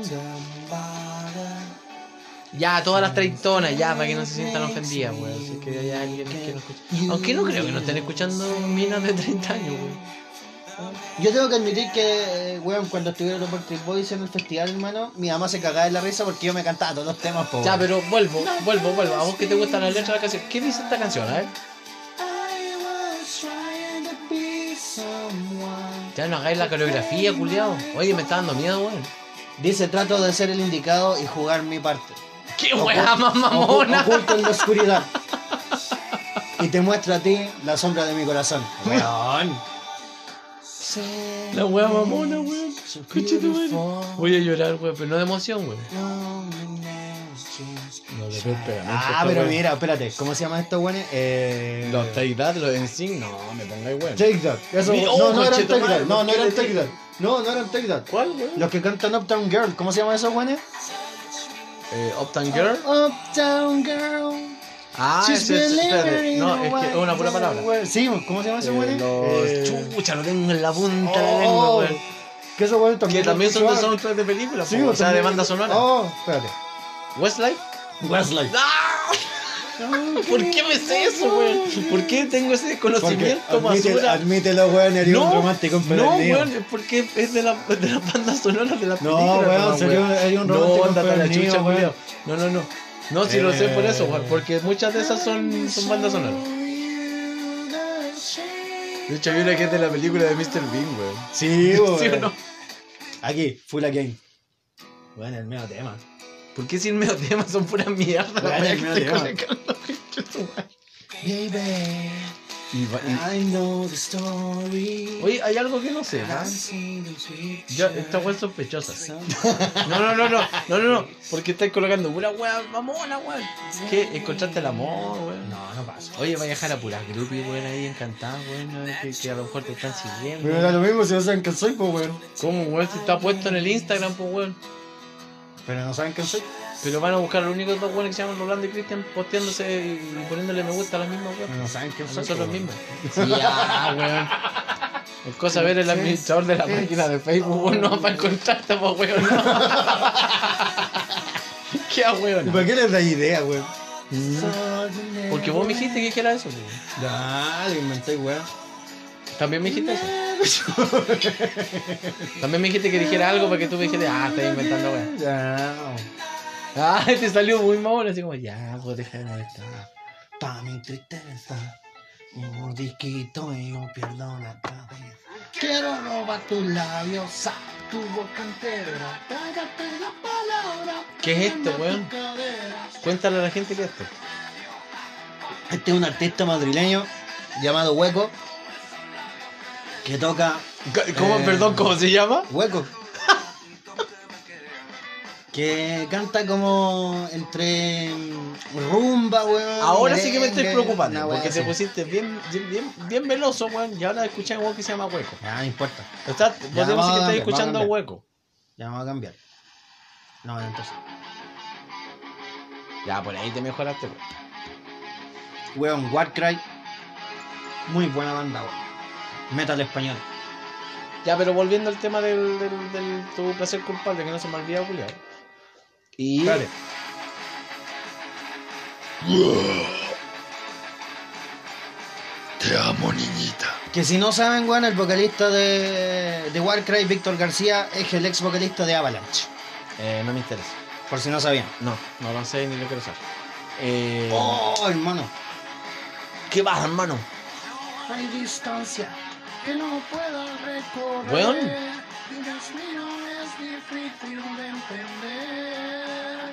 Ya, todas las traitonas, ya, para que no se sientan ofendidas, weón. Si es que hay alguien que no escucha. Aunque no creo que no estén escuchando minas de 30 años, weón.
Yo tengo que admitir que, eh, weón, cuando estuvieron los Backstreet Boys en el festival, hermano, mi mamá se cagaba de la risa porque yo me cantaba todos los temas, po.
Ya,
weón.
pero vuelvo, vuelvo, vuelvo. A vos que te gustan las letras de la canción. ¿Qué dice esta canción? A ver. Ya no hagáis la coreografía, culiao. Oye, me está dando miedo, weón.
Dice, trato de ser el indicado y jugar mi parte.
¡Qué
Ocu-
weá más
ocu-
mamona!
Oculto en la oscuridad. Y te muestro a ti la sombra de mi corazón. Weón.
La weá mamona, weón. Escucha tu madre. Voy a llorar, weón, pero no de emoción, weón. No, de
Ah, pero mira, espérate, ¿cómo se llaman estos weones? Eh...
Los Taidad, los Ensign, no, me pongáis weón.
TikTok. Eso,
Mira,
no,
oh,
no eran
conchetumare,
TikTok. No, no
¿por qué
eran
le dices?
TikTok. No, no eran TikTok.
¿Cuál, weón?
Los que cantan Uptown Girl, ¿cómo se llaman esos weones?
Eh, Uptown Girl.
Uptown Girl.
Ah,
She's
ese- ese- espérate.
believing
No,
in
es que es
a
una pura
white
palabra.
world. Sí, ¿cómo se llaman esos
Eh,
weones? Eh,
los... Chucha, lo tengo en la punta de la lengua,
Oh,
weón.
que esos weones
Que
también.
también son de
escuchaban.
soundtrack de películas,
Sí,
po, o sea, de
también-
banda sonora.
Oh, espérate.
Westlife.
Westlife.
¡Ah! ¿Por qué me
Oh,
sé eso, weón? ¿Por qué tengo ese desconocimiento
admítelo,
basura?
admítelo, weón, eres un
No,
romántico
no,
empedernido.
weón, es porque es de la, de la banda sonora de la
No,
película.
weón,
nomás,
sería un- hay un romántico
No, ándate a la
empedernido,
chucha,
weón.
culiao. No, no, no. No, si lo sé por eso, weón,
Eh.
porque muchas de esas son, son bandas sonoras. De hecho, hay una que es de la película de Mr. Bean, weón.
Sí, weón.
¿Sí o no?
Aquí, Full Again. Bueno, el medio tema.
¿Por qué si el medio tema son puras mierdas?
Weón,
weón,
el
que
medio
estoy
tema.
conectando, chucha, weón?
Baby,
Y va- y-
I know the story.
Oye, hay algo que no sé, ¿verdad? Ya, esta weá es sospechosa. No, no, no, no, no, no, no, porque estáis colocando pura weá, mamona, weón. ¿Qué? ¿Encontraste el amor, weón?
No, no pasa.
Oye, va a dejar a puras groupies, weón, ahí encantadas, weón, ¿no? que, que a lo mejor te están siguiendo.
Pero era lo mismo si no saben quién soy, pues, weón.
¿Cómo, weón? Si está puesto en el Instagram, pues, weón.
Pero no saben quién soy.
Pero van a buscar los únicos dos weones que se llaman Rolando y Cristian posteándose y poniéndole me gusta a las mismas,
Pero
weón.
no saben quién
A
soy. pues,
nosotros
po,
mismos. Ah, Sí, ya, weón. Es cosa ver el administrador de la máquina de Facebook, weón, no para encontrarte, pues, weón. No. ¿Qué a
weón.
weón?
¿Y para qué les da idea, weón? Mm.
Porque vos me dijiste que era eso. weón.
Dale, inventé, weón.
También me dijiste eso. También me dijiste que dijera algo para que tú me dijeras, ah, estás inventando, weón.
Ya.
Ah, te salió muy mamón, así como, ya, pues deja de molestar.
Pa' mi tristeza, un gordiquito y yo pierdo la cabeza. Quiero robar tus labios, a tu boca entera. Trágate la palabra.
¿Qué es esto,
prende
weón?
tu cadera.
Cuéntale a la gente qué es esto.
Este es un artista madrileño llamado Hueco que toca
¿Cómo,
Eh.
perdón, cómo se llama?
Hueco. Que canta como entre mm, rumba, weón.
Ahora sí que me estoy
merengue,
preocupando,
una wea
porque te
así.
pusiste bien, bien, bien, bien veloso, weón, y ahora escuchas algo que se llama hueco.
Ah, no importa.
O sea, vos
Ya,
decís
vamos a
que estás
cambiar,
escuchando
vamos a
hueco.
Ya vamos a cambiar. No, entonces.
Ya, por ahí te mejoraste, pues. weón.
Weón, Warcry. Muy buena banda, weón. Metal español.
Ya, pero volviendo al tema del, del, del tu placer culpable, que no se me olvida, culiao. Y.
Dale.
Te amo, niñita.
Que si no saben, weón, el vocalista de, de Warcry, Víctor García, es el ex vocalista de Avalanche.
Eh, no me interesa.
Por si no sabían.
No, no lo sé ni lo quiero saber. Eh,
Oh, hermano.
¿Qué vas, hermano?
Hay distancia que no puedo recorrer.
Weón.
es difícil de entender.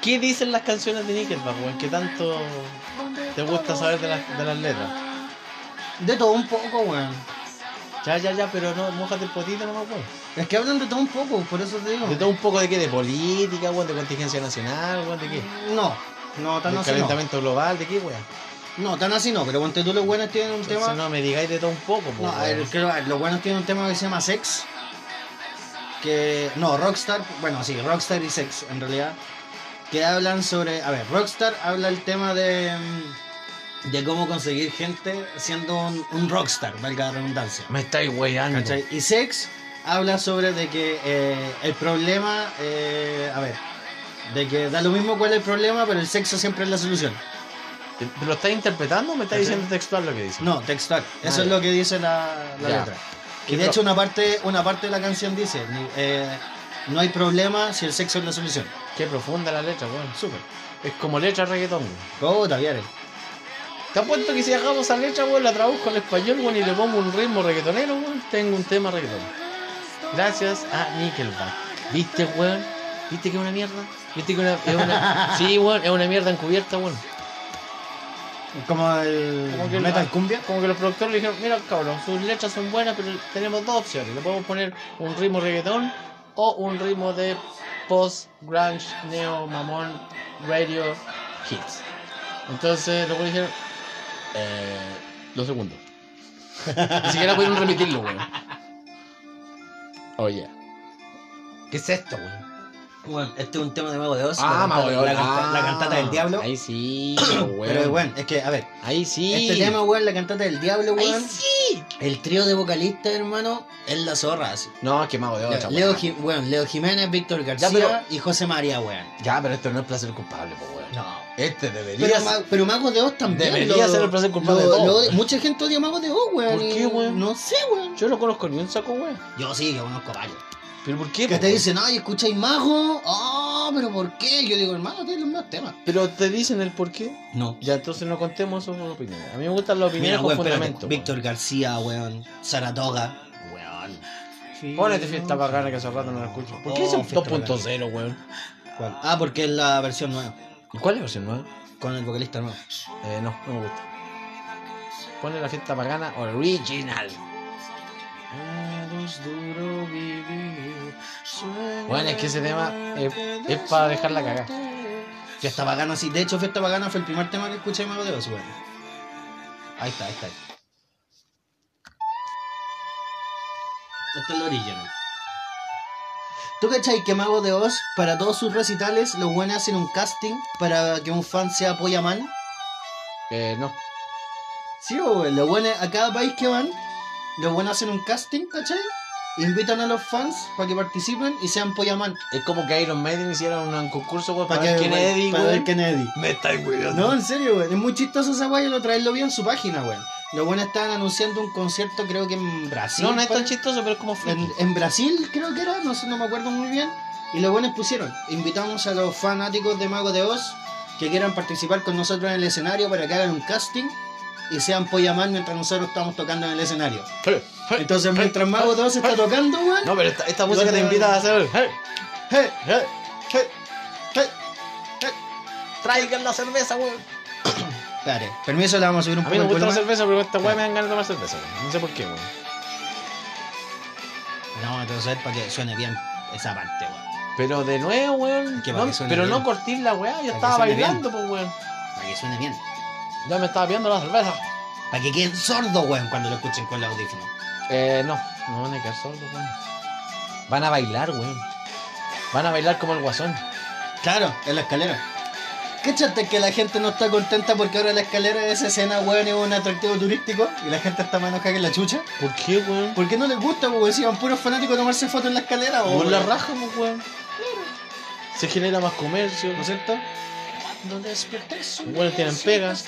¿Qué dicen las canciones de Nickelback, weón? ¿Qué tanto te gusta saber de las, de las letras?
De todo un poco, weón.
Ya, ya, ya, pero no, mojate el potito, no, weón.
Es que hablan de todo un poco, por eso te digo.
De todo un poco de qué, de política, weón, de contingencia nacional, weón, de qué.
No, no, tan
Del
así Mm. no.
calentamiento global, de qué, weón.
No, tan así no, pero ponte tú los buenos tienen un
Entonces,
tema...
no me digáis de todo un poco, po,
No, a ver,
weón.
creo, a ver, los buenos tienen un tema que se llama Sex. Que. No, Rockstar. Bueno, sí, Rockstar y Sex, en realidad. Que hablan sobre. A ver, Rockstar habla el tema de. mm, De cómo conseguir gente siendo un, un rockstar, valga la redundancia.
Me estáis weyando.
¿Cachai? Y Sex habla sobre de que eh, el problema. eh, a ver. De que da lo mismo cuál es el problema, pero el sexo siempre es la solución.
¿Te- ¿Lo estás interpretando o me estás
¿Cachai?
diciendo textual lo que dice?
No, textual. Eso
Ah,
es
ya.
lo que dice la, la
Ya.
letra. Y
Y
de
pro-
hecho una parte, una parte de la canción dice, ni- eh, no hay problema si el sexo es la solución.
Qué profunda la letra, weón.
Súper.
Es como letra reggaetón, weón.
Puta, Viare.
Te apuesto que si dejamos esa letra, weón, la traduzco al español, weón, y le pongo un ritmo reggaetonero, weón, tengo un tema reggaetón. Gracias a Nickelback. ¿Viste, weón? ¿Viste que es una mierda? ¿Viste que una, es una... Sí, weón, es una mierda encubierta, weón.
Como el
Como que el-
metal cumbia.
Como que los productores le dijeron, mira, cabrón, sus letras son buenas, pero tenemos dos opciones. Le podemos poner un ritmo reggaetón o un ritmo de post-grunge, neo, mamón, radio, hits. Entonces, luego dijeron, eh, dos segundos. Ni siquiera pudieron remitirlo, weón. Oye. ¿Qué es esto, weón?
Bueno, este es un tema de Mago de Oz. la,
Ah, mago
cantata-
de Oz. Ah,
la canta- la cantata del diablo.
Ahí sí, weón.
Pero bueno, es que, a ver,
Ahí sí.
este tema, weón, la cantata del diablo,
Ahí
weón.
sí.
El trío de vocalistas, hermano, es la zorra, así.
No, es que mago de Oz, está
Leo,
bueno.
Ji- weón, Leo Jiménez, Víctor García
pero-
y José María, weón.
Ya, pero esto no es placer culpable, pues, weón.
No.
Este
Pero,
debería
ma
ser.
pero Magos de Oz también.
Debería
lo-
ser el placer culpable
lo-
de todos.
lo- mucha gente odia Magos de Oz, weón.
¿Por
y
qué, weón?
No sé, weón.
Yo no conozco ni un saco, weón.
Yo sí que conozco varios.
¿Pero por qué?
Que
po,
te
weón?
dicen, ay, escucháis Magos. Ah, pero ¿por qué? Yo digo, hermano, tienes los mismos temas.
Pero te dicen el por qué.
No.
Ya, entonces no contemos sus opiniones. A mí me gustan las opiniones
Mira,
con
weón, espérate,
fundamento.
Víctor García, weón. Saratoga, weón.
weón. Ponete este fiesta bacana que hace rato no la escucho. ¿Por qué
Oh,
son
fiesta
2.0, weón?
¿Cuál? Ah, porque es la versión nueva.
¿Cuál es la versión nueva?
Con el vocalista nuevo.
Eh, no, no me gusta. Pone la fiesta pagana original. Bueno, es que ese tema es, es para dejarla cagar.
Fiesta Pagana, sí. De hecho, Fiesta Pagana fue el primer tema que escuché de Mago de Oz, weón. Ahí está, ahí está. Esto es lo original. ¿Tú cachai que Mago de Oz, para todos sus recitales, los buenos hacen un casting para que un fan sea polla man?
Eh, no.
Sí, weón. Los buenos, a cada país que van, los buenos hacen un casting, ¿cachai? Invitan a los fans para que participen y sean polla man.
Es como que Iron Maiden hiciera un concurso, weón,
Para,
para ver
que,
quién es Eddie,
para ver
weón.
quién es Eddie.
Me estáis
No,
cuidando.
en serio, weón. Es muy chistoso esa weá, yo lo traerlo bien en su página, weón. Los buenos estaban anunciando un concierto, creo que en Brasil.
No, no es tan
pa-
chistoso, pero es como
en,
friki.
en Brasil, creo que era, no sé, no me acuerdo muy bien. Y los buenos pusieron, invitamos a los fanáticos de Mago de Oz que quieran participar con nosotros en el escenario para que hagan un casting y sean pollaman mientras nosotros estamos tocando en el escenario. Entonces, mientras Mago de Oz está tocando, weón,
No, pero esta, esta música te invita a hacer. Hey, hey, hey, hey, hey, hey. Traigan la cerveza, weón.
Espérate, permiso, le vamos a subir un
A
poco
mí no me
el
gusta la
volumen.
cerveza, pero esta weá me dan ganas de tomar cerveza, weón. No sé por qué, weón.
No, entonces para que suene bien esa parte, weón.
Pero de nuevo, weón.
Que
no-
para que suene
pero
bien.
no cortir la weá,
que
yo estaba
suene
bailando, pues, weón.
Para que suene bien.
Ya me estaba viendo la cerveza.
Para que queden sordos, weón, cuando lo escuchen con el audífono.
Eh, no, no van a quedar solos, weón. Van a bailar, weón. Van a bailar como el guasón.
Claro, en la escalera. Cáchate que la gente no está contenta porque ahora la escalera de esa escena, weón, es un atractivo turístico y la gente está más enojada que la chucha.
¿Por qué, weón?
¿Por qué no les gusta, weón? Si van puros fanáticos a tomarse fotos en la escalera,
Por
weón.
la raja, pues, weón. Se genera más comercio, ¿no es cierto? Bueno, tienen pegas.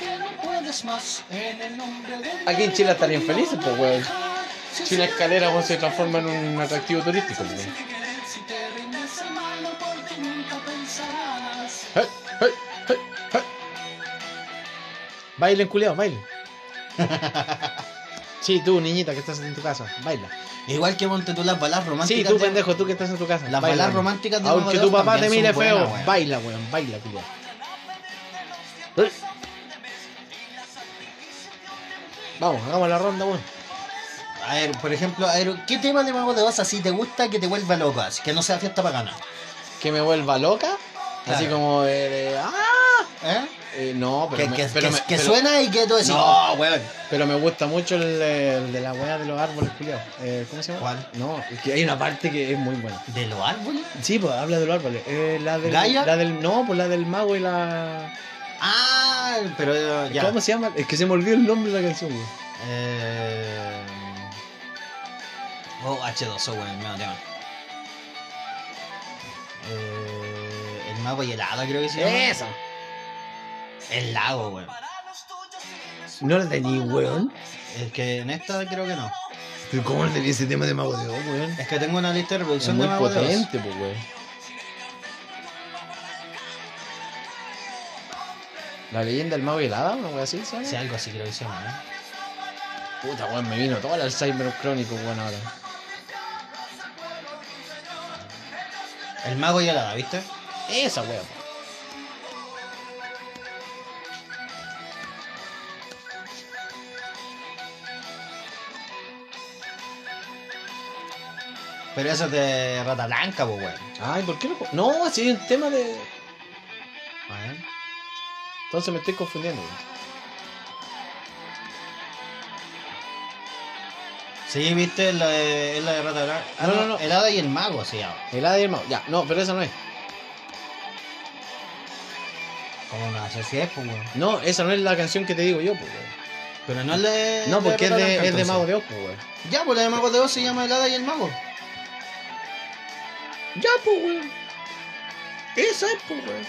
Aquí en Chile estarían felices, pues, weón. Si una escalera weón, se transforma en un atractivo turístico, pues, weón. Hey, hey, hey, hey. Bailen, culiao, bailen. Sí, tú, niñita que estás en tu casa, baila.
Igual que ponte tú las balas románticas.
Sí, tú,
de-
pendejo, tú que estás en tu casa.
Las
baila,
balas
weón.
románticas de
Aunque
Mago
tu
de Oz
papá te
también
mire
son
feo,
buenas, weón.
baila, weón, baila, culiao. Hey. Vamos, hagamos la ronda, weón.
A ver, por ejemplo, a ver, ¿qué tema de Mago de Oz así te gusta que te vuelva loco? Así que no sea fiesta pagana.
Que me vuelva loca. Así
Claro.
como de, de, ¡Ah!
¿Eh?
Eh, no, pero
Que,
me,
que-
pero
que-
me-
que
pero-
suena y que tú decís, "Oh,
No.
no, weón.
Pero me gusta mucho el, el de la weá de los árboles, culiao. Eh, ¿Cómo se llama?
¿Cuál?
No, es que hay una parte que es muy buena.
¿De los árboles?
Sí, pues habla de los árboles. Eh, la del,
¿Gaia?
La del, no, pues la del mago y la.
Ah, pero ya.
¿Cómo se llama? Es que se me olvidó el nombre de la canción, güey.
Eh... Oh, H2O, weón, el nuevo tema. Eh... El mago y el hada, creo que se llama.
Esa.
El lago, weón.
No la tení, weón.
Es que en esta creo que no.
¿Pero ¿Cómo no tenía ese tema de mago de Oz, weón?
Es que tengo una lista de
Es
reproducción
muy
de Mago de Oz.
potente, pues, weón. La leyenda del mago y el hada, una weá así, ¿sabes?
Sí, algo así creo que se llama, ¿eh?
Puta, weón, me vino todo el Alzheimer crónico, weón, ahora.
El mago y el hada, ¿viste?
Esa weón.
Pero eso es de Rata Blanca, pues, weón.
Ay, ¿por qué no? No, si hay un tema de.
A ver.
Entonces me estoy confundiendo, weón.
Sí, ¿viste? Es la de, es la de Rata Blanca. Ah,
No,
no,
no, no.
El hada y el mago se llama.
El hada y el mago. Ya, no, pero esa no es.
Como una sociedad, pues, weón.
No, esa no es la canción que te digo yo, pues, weón.
Pero no es de...
No, porque es
Rata
de,
Blanca,
es de
entonces.
Mago de Oz, pues, weón.
Ya, pues la de Mago de Oz se llama El Hada y el Mago.
Ya, pues, weón. Esa es, pues, weón.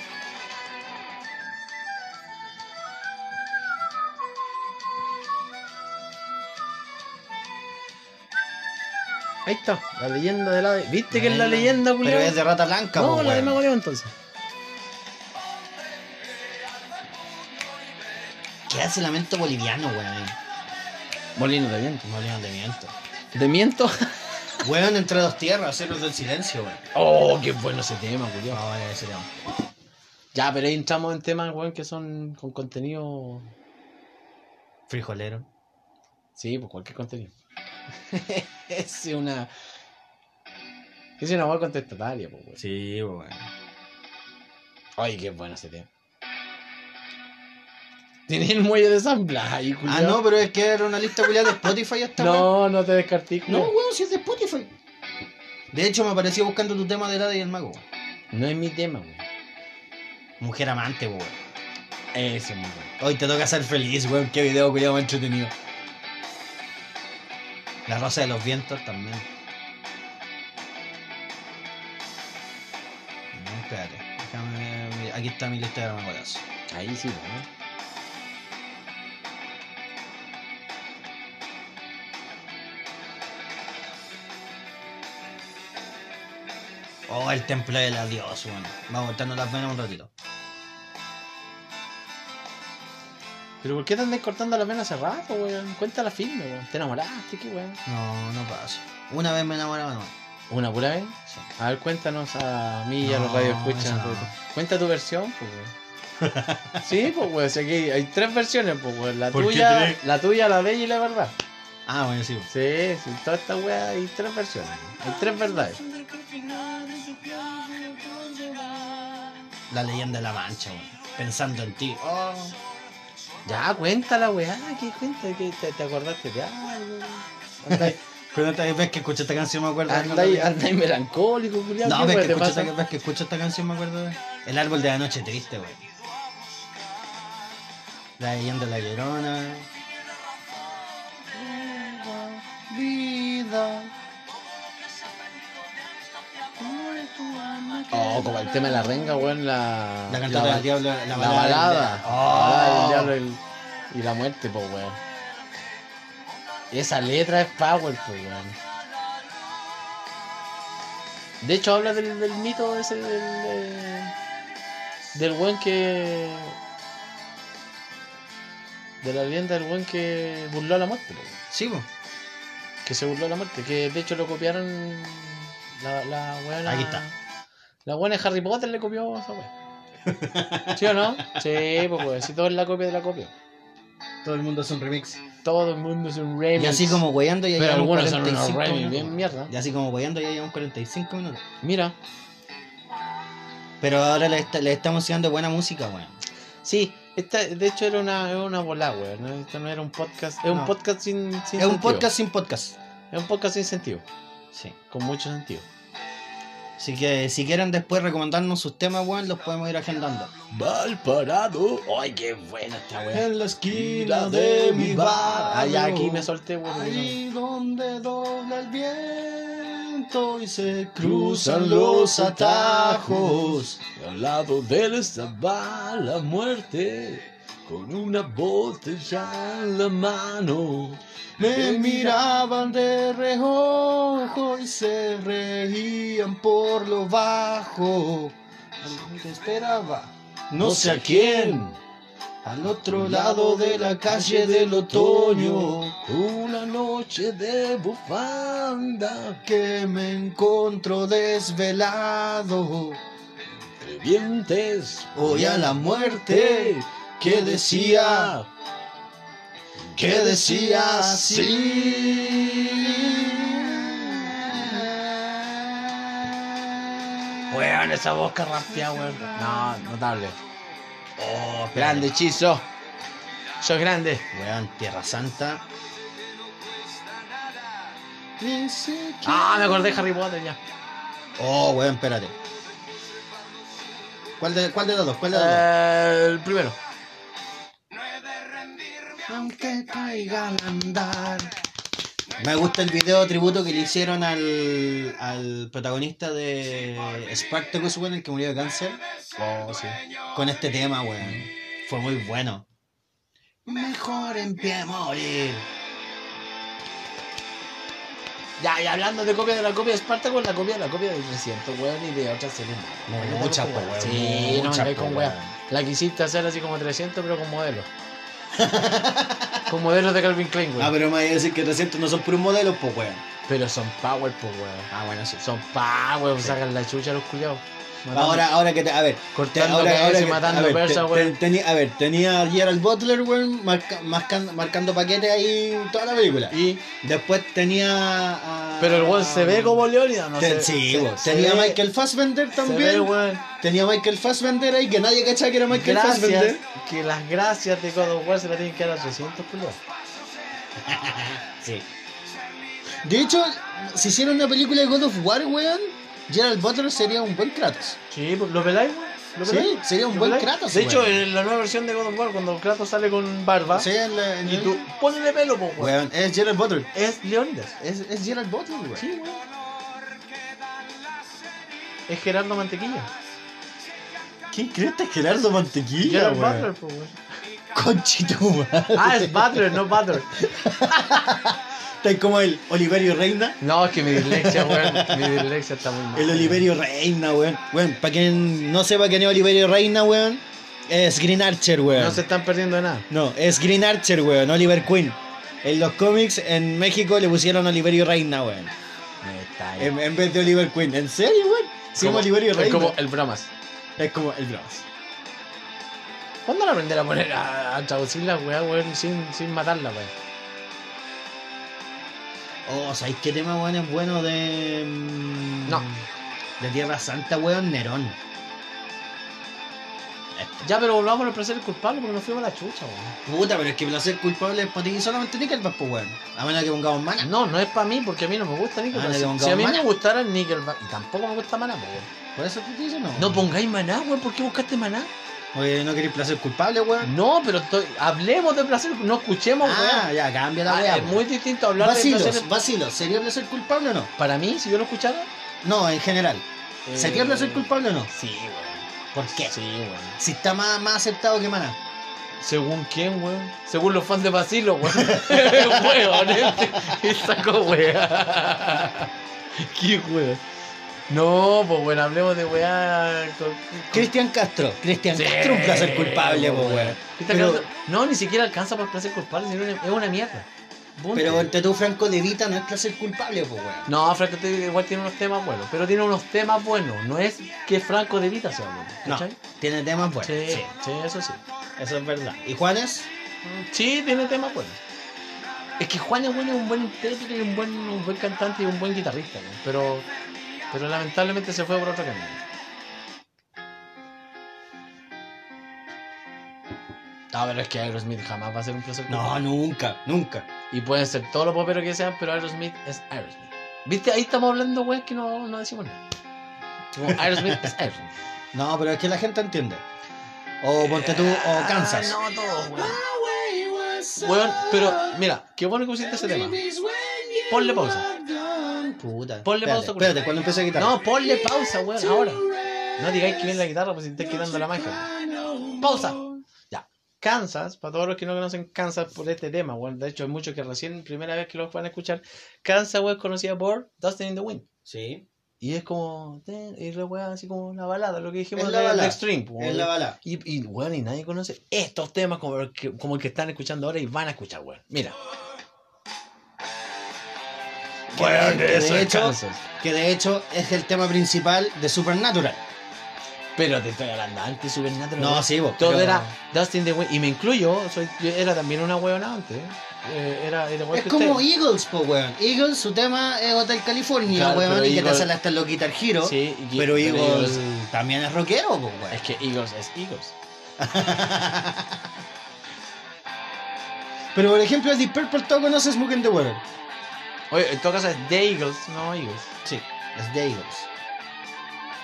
Ahí está, la leyenda del hada. ¿Viste Este que es la
Ahí,
leyenda, culiao?
Pero es de Rata Blanca,
No,
pues,
la de
weón.
Mago León entonces.
¿Qué hace lamento boliviano, weón?
Molino de viento.
Molino de viento.
¿De miento?
Weón entre dos tierras, héroes del silencio, weón.
Oh, qué bueno Ah, ese tema,
No,
culiao.
vale, ese tema.
Ya, pero ahí entramos en temas, weón, que son con contenido.
Frijolero.
Sí, pues cualquier contenido. es una. Es una buena contestataria, pues, weón.
Sí, weón.
Ay, qué bueno ese tema. Tenía el muelle de San Blas ahí, culiao.
Ah, no, pero es que era una lista culiada de Spotify hasta
No, no te descartí,
No,
culiao.
weón, si es de Spotify. De hecho, me apareció buscando tu tema de Hada y el Mago. weón.
No es mi tema, weón.
Mujer amante, weón.
Ese es muy bueno.
Hoy te toca ser feliz, weón. Qué video culiado más entretenido. La rosa de los vientos también. No, espérate. Déjame. mirar. Aquí está mi lista de memoras.
Ahí sí, weón.
Oh, el templo del adiós, weón. Vamos cortando las venas un ratito.
Pero ¿por qué te andas cortando la pena hace rato, weón? Cuéntala firme, weón. Te enamoraste, qué weón.
No, no pasa. Una vez me enamoraba, no.
¿Una pura vez?
Sí.
A ver, cuéntanos a mí y a los
No,
radioescuchas.
esa no.
Cuenta tu versión, pues, weón. Sí, pues, weón. si aquí hay tres versiones, pues, weón. La
¿Por qué
tuya,
tres?
la tuya, la de ella y la verdad.
Ah, bueno, sí.
Sí, sí, toda esta weá hay tres versiones. weón. Hay tres verdades.
La leyenda de la mancha, weón. Pensando en ti. Oh.
Ya, cuéntala, weá. ¿Qué cuenta? ¿Qué te, te acordaste de algo?
Ah,
Andáis-
¿Cuántas veces que escuché esta canción me acuerdo? de algo,
Andáis
weón?
andáis melancólico, culiado.
No, ves que, escucho esta, ves que escucho esta canción, me acuerdo. de- El árbol de la noche triste, güey. La leyenda de la llorona.
Oh, como el tema de la renga, weón, la.
La cantata
ba-
del diablo. La,
La
balada del-
balada.
Oh.
La balada del diablo y- y la muerte, po, weón. Esa letra es power, po, weón. De hecho, habla del, del mito ese del. eh, del weón que. de la leyenda del weón que burló a la muerte, pues. po, weón.
Sí, po.
Que se burló a la muerte, que de hecho lo copiaron la, la weona.
Aquí está.
La buena de Harry Potter le copió a esa wea. ¿Sí o no? Sí, pues, pues si todo es la copia de la copia.
Todo el mundo es un remix.
todo el mundo es un remix.
Y así como weyando ya
Pero
llevamos
algunos son unos
45
remix
minutos.
bien mierda.
Y así como weyando ya llevamos 45 minutos.
Mira.
Pero ahora le, est- le estamos dando buena música, weón.
Sí, esta, de hecho era una, era una bola, weón. ¿no? Esto no era un podcast. Es un
No.
podcast sin, sin
es
sentido.
un podcast sin podcast.
Es un podcast sin sentido.
Sí.
Con mucho sentido.
Así que si quieren después recomendarnos sus temas, weón, los podemos ir agendando.
Mal parado. Ay, qué buena esta weón.
la Ah,
Ay, ya, aquí me solté, weón.
Ahí donde dobla el viento y se
Cruzan los atajos al lado del estaba la muerte con una botella en la mano.
Me miraban de reojo y se reían por lo bajo. Te esperaba,
no sé a quién.
al otro lado de la calle del otoño,
una noche de bufanda,
que me encontró desvelado.
entre dientes,
Hoy a la muerte, que decía, que decía así.
Weón, esa voz que rapea, weón. No, notable.
Oh,
Grande, hechizo. Sos grande.
Weón, Tierra Santa.
Ah, me acordé de Harry Potter ya.
Oh, weón, espérate. ¿Cuál de, cuál de los dos? ¿Cuál de los dos?
Eh, el primero.
Aunque caiga al andar.
Me gusta el video tributo que le hicieron al, al protagonista de Spartacus, weón, el que murió de cáncer.
Oh, sí.
Con este tema, weón. Fue muy bueno.
Mejor en pie a morir.
Ya, y hablando de copia de la copia de Spartacus, la copia de la copia de 300, weón, y de otras series. más.
Mucha, mucha,
Weón, no,
weón,
Sí, no me
mucha,
caí con
weón.
weón. La quisiste hacer así como 300, pero con modelos. con modelos de Calvin Klein, weón.
Ah, pero me voy a decir que 300 no son puros modelos, pues, weón.
Pero son power, pues, weón.
Ah, bueno, sí.
Son power, sacan la chucha a los culiados.
Ahora, ahora que te, a ver,
Cortando
ahora,
cabeza y
que-
matando
a ver,
persas,
te-
weón.
te- tenía- a ver, tenía a Gerald Butler, weón, marca- marcan- marcando paquetes ahí en toda la película.
Y,
Después tenía a-
pero el weón se ve como Leónidas, no
ah, Te-
sé.
sí,
se-
weón.
se
tenía a
ve-
Michael Fassbender
se ve,
también.
weón.
tenía a Michael Fassbender ahí que nadie cachaba que era Michael
Gracias,
Fassbender.
que las gracias de God of War se las tienen que dar a 300, culiados.
Sí. De hecho, si hiciera una película de God of War, weón, Gerald Butler sería un buen Kratos.
Sí, pues, ¿lo peláis? weón? ¿Lo
Sí,
peláis?
sería un
¿Lo
buen
peláis?
Kratos,
De hecho,
weón.
en la nueva versión de God of War, cuando Kratos sale con barba,
Sí, en la- en
y
el-
tú, ponle pelo, pues,
Weón,
weón.
es Gerald Butler.
Es Leónidas.
Es, es Gerald Butler, weón.
Sí, weón. Es Gerardo Mantequilla.
¿Quién crees que es Gerardo Mantequilla,
Gerard
weón?
Butler, pues, weón.
Conchituma.
Ah, es Butler, no Butler.
Está como el Oliverio Reina.
No, es que mi dislexia, weón. Mi dislexia está muy mal.
El Oliverio Reina, weón. Weón, para quien no sepa quién es Oliverio Reina, weón, es Green Archer, weón.
No se están perdiendo de nada.
No, es Green Archer, weón, Oliver Queen. En los cómics en México le pusieron Oliverio Reina, weón. En, en vez de Oliver Queen. ¿En serio, weón? Sí,
Como-
Oliverio Reina.
Es como el Bramas.
es como el Bros.
¿Cuándo van a aprender a poner a, a traducir la weá, weón, sin, sin matarla, weón?
Oh, ¿sabéis qué tema, weón, es bueno de. mm,
No.
De Tierra Santa, weón, Nerón.
Ya, pero volvamos al placer del culpable porque nos fuimos a la chucha, weón.
Puta, pero es que placer culpable es para ti solamente Nickelback, pues, weón. A menos que pongamos mana.
No, no es para mí porque a mí no me gusta
Ah,
Nickelback.
le
Si-
pongamos
si a mí me
maná.
gustara el Nickelback, y tampoco me gusta Maná, pues, weón.
Por eso te digo no.
No pongáis Maná, weón, ¿por qué buscaste Maná?
Oye, ¿no queréis placer culpable, weón?
No, pero estoy- hablemos de placer, no escuchemos,
Ah,
weón.
ya, cambia la
Ah,
weá.
es
weón.
muy distinto hablar de placer.
Vacilos, vacilos. ¿Sería placer culpable o no?
Para mí, si yo lo escuchara.
No, en general.
eh,
¿Sería placer culpable o no?
Sí, weón.
¿Por qué?
Sí, weón.
Si está más, más aceptado que Maná.
¿Según quién, weón? Según los fans de Basilo, weón. weón, este. Y sacó weá. ¿Qué weón? No, pues bueno, hablemos de weá. con- con-
Cristian Castro. Cristian
Sí,
Castro, un placer culpable, pues, weón.
Cristian
Pero,
Castro- No, ni siquiera alcanza por placer culpable, sino una- es una mierda. Punto.
pero entre tú, Franco De Vita, no es placer culpable, pues, weón.
No, Franco te- igual tiene unos temas buenos, pero tiene unos temas buenos. No es que Franco de Vita sea bueno.
No,
¿cachai?
tiene temas buenos.
sí,
Sí,
sí, eso sí.
eso es verdad. ¿Y Juanes?
Sí, tiene temas buenos. Es que Juan es bueno, es un buen intérprete, y un buen, un buen cantante y un buen guitarrista, weón, pero, pero lamentablemente se fue por otro camino. No, pero es que Aerosmith jamás va a ser un placer.
No, nunca, nunca.
Y pueden ser todos los poperos que sean, pero Aerosmith es Aerosmith. ¿Viste? Ahí estamos hablando, weón, que no, no decimos nada. Como Aerosmith es Aerosmith.
No, pero es que la gente entiende. O ponte tú, o Kansas.
Eh, Ah, no, todos, weón. Weón, pero mira, qué bueno que pusiste ese tema. Ponle pausa.
Puta.
Ponle
espérate,
pausa,
Espérate, cuando empiece a quitar.
No, ponle pausa, weón, ahora. No digáis que viene la guitarra, pues si estáis quitando la magia. Pausa. Ya. Kansas, para todos los que no conocen Kansas por este tema, weón. De hecho, hay muchos que recién, primera vez que los van a escuchar. Kansas, weón, es conocida por Dustin in the Wind.
Sí.
Y es como. Es la weón, así como la balada, lo que dijimos
Es
de
la balada.
Extreme,
Es la bala.
Y, y weón, y nadie conoce estos temas como el que, como el que están escuchando ahora y van a escuchar, weón. Mira. Weón,
que,
eso
de
es
hecho,
Kansas.
que de hecho es el tema principal de Supernatural.
Pero te estoy hablando antes, Supernatural.
No,
weón.
sí, vos.
Todo
pero-
era Dustin the Wind. Y me incluyo, soy, yo era también una weona antes. eh, era, era igual
Es
que
como
usted.
Eagles, po, weón. Eagles, su tema es Hotel California,
Claro,
weón,
pero
y que te
Eagles-
sale hasta los Guitar Hero.
Sí, y-
pero Eagles
Eagles-
también es rockero, po,
Es
weón.
que Eagles es Eagles.
Pero por ejemplo, Deep Purple todo conoce Smoke in the Water.
Oye, en todo caso es The Eagles, no Eagles.
Sí, es de Eagles.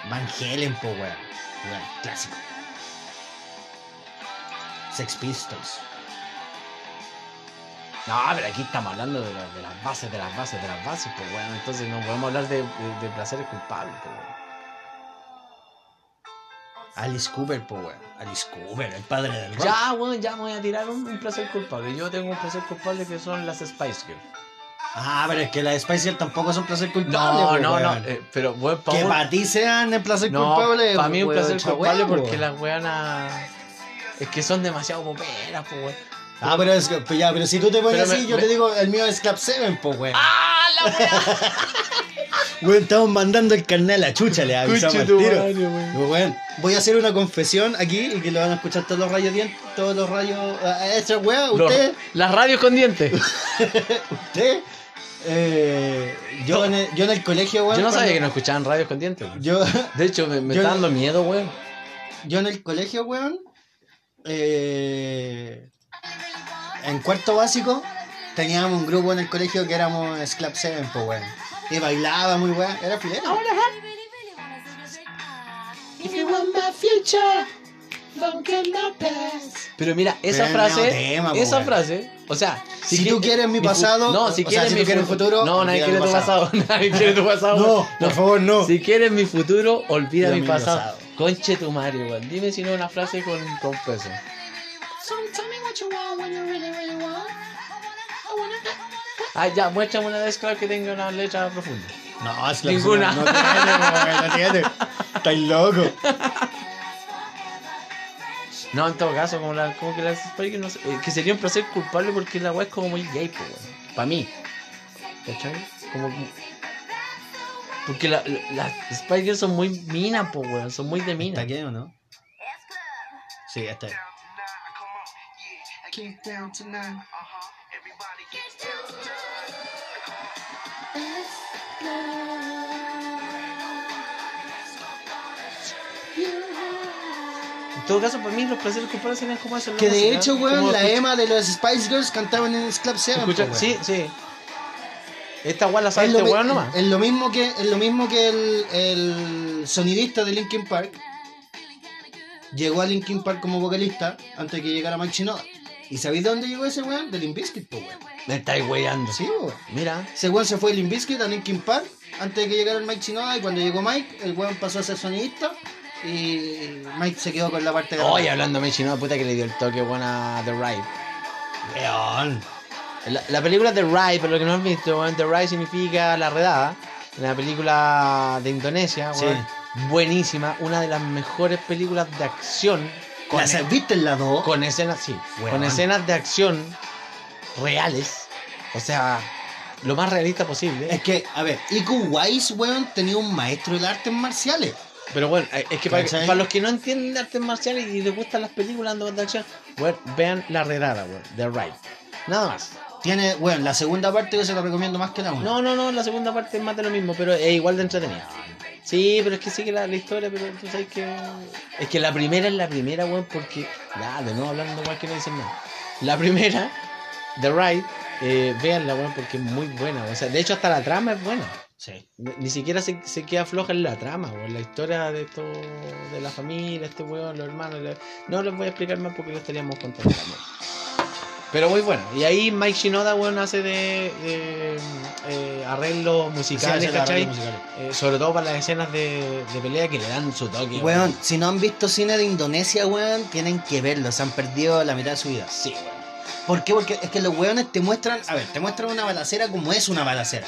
Van Helen, po, weón. Weón, clásico. Sex Pistols.
No, pero aquí estamos hablando de, la- de las bases, de las bases, de las bases, pues bueno, entonces no podemos hablar de, de- de placeres culpables, pues bueno.
Alice Cooper, po, weón. Alice Cooper, el padre del rock.
Ya, bueno, ya me voy a tirar un, un placer culpable. Yo tengo un placer culpable que son las Spice Girls.
Ah, pero es que las Spice Girls tampoco son placer culpable,
No,
po,
no, no,
weón.
eh, pero bueno,
Que para ti sean el placer
No,
culpable.
para mí un
weón,
placer
chagüey,
culpable
po,
porque
weón.
las weonas. Es que son demasiado poperas, pues weón.
Ah, pero es que, pues ya, pero si tú te pones
Pero me-
así, yo
me-
te digo, el mío es Club 7, po, weón.
¡Ah, la wea!
Weón, estamos mandando el carnet a la chucha, le avisamos al
Conche tu
tiro.
madre, weón.
Digo, weón, voy a hacer una confesión aquí y que lo van a escuchar todos los rayos dientes, todos los rayos. Esta weá, usted,
Las radios con dientes.
usted. eh, yo, en el, yo en el colegio, weón.
Yo no sabía que no
cuando-
escuchaban radios con dientes, weón.
Yo,
De hecho, me, me
Yo
está
no-
dando miedo, weón.
yo en el colegio, weón. eh, en cuarto básico teníamos un grupo en el colegio que éramos Sclap 7, po, weón. Y bailaba muy weón, era filero.
Pero mira, esa
Pero
frase,
no tema, po,
esa
weón.
frase, o sea,
Si tú quieres mi pasado,
no,
o-
si
o sea,
quieres
si
mi
tú quieres mi
fu-
futuro,
no, nadie
olvida
quiere
mi
tu pasado, nadie quiere tu pasado.
No,
weón.
por favor, no.
Si quieres mi futuro, olvida
Olvida
mi
mi
pasado.
pasado.
Conche tu Mario, weón. Dime si no es una frase con, con peso. Ah, ya, muéstrame una vez, claro, que tenga una letra profunda.
No, es
Ninguna.
No tiene, weón, no tiene. Estás loco.
No, en todo caso, como, la, como que las Spice no sé, eh, que sería un placer culpable porque la weá es como muy gay, pues, weón. Para mí. ¿Cachai? Como que- Porque la- la- las Spice Girls son muy minas, pues, weón. Son muy de
¿Está
mina.
aquí o no? Sí, está ahí.
Get down tonight.
En todo caso, para mí los placeres culpables serían como eso.
Que de hecho, weón, la Emma de los Spice Girls cantaban en pues, Club 7.
Escucha, sí, sí. Esta weá la sabe
Es
este
lo, mi-
weón nomás.
es lo mismo que, es lo mismo que el, el sonidista de Linkin Park llegó a Linkin Park como vocalista antes de que llegara Mike Shinoda. ¿Y sabéis de dónde llegó ese weón? De Limp Bizkit, po, weón.
Me estáis weyando.
Sí, weón.
Mira.
Ese weón se fue de Limp Bizkit a Linkin Park antes de que llegara el Mike Shinoda y cuando llegó Mike, el weón pasó a ser sonidista y Mike se quedó con la parte de
Oye, hablando de chino, puta que le dio el toque weón a The Ride.
weón.
La, la película The Ride, para los que no han visto, weón, The Ride significa la redada. La película de Indonesia, weón. buenísima, una de las mejores películas de acción con,
¿Las viste en la 2?
con escenas, sí,
Weón.
con escenas de acción reales, o sea, lo más realista posible.
Es que, a ver, IQ Wise, weón, tenía un maestro de artes marciales.
Pero bueno, eh, es que para,
¿Cachai?
para los que no entienden de artes marciales y les gustan las películas de acción, weón, vean la redada, weón, The Ride, nada más.
Tiene, bueno, la segunda parte yo se la recomiendo más que la una.
No, no, no, la segunda parte es más de lo mismo, pero es igual de entretenida. Sí, pero es que sigue la, la historia, pero tú sabes que. Es que la primera es la primera, weón, porque. Ya, de nuevo hablando más que no dicen nada. La primera, The Ride, eh, véanla, weón, porque es muy buena. O sea, de hecho, hasta la trama es buena.
Sí.
Ni ni siquiera se, se queda floja en la trama, o en la historia de esto, de la familia, este weón, los hermanos. la- No les voy a explicar más porque lo estaríamos contando también. Pero muy bueno. Y ahí Mike Shinoda, weón, hace de, de, eh, arreglos musicales,
Sí, sí,
¿cachai?
arreglos musicales.
Eh, sobre todo para las escenas de, de pelea que le dan su toque.
Weón, si no han visto cine de Indonesia, weón, tienen que verlo. Se han perdido la mitad de su vida.
Sí, weón.
¿Por qué? Porque es que los weones te muestran, a ver, te muestran una balacera como es una balacera.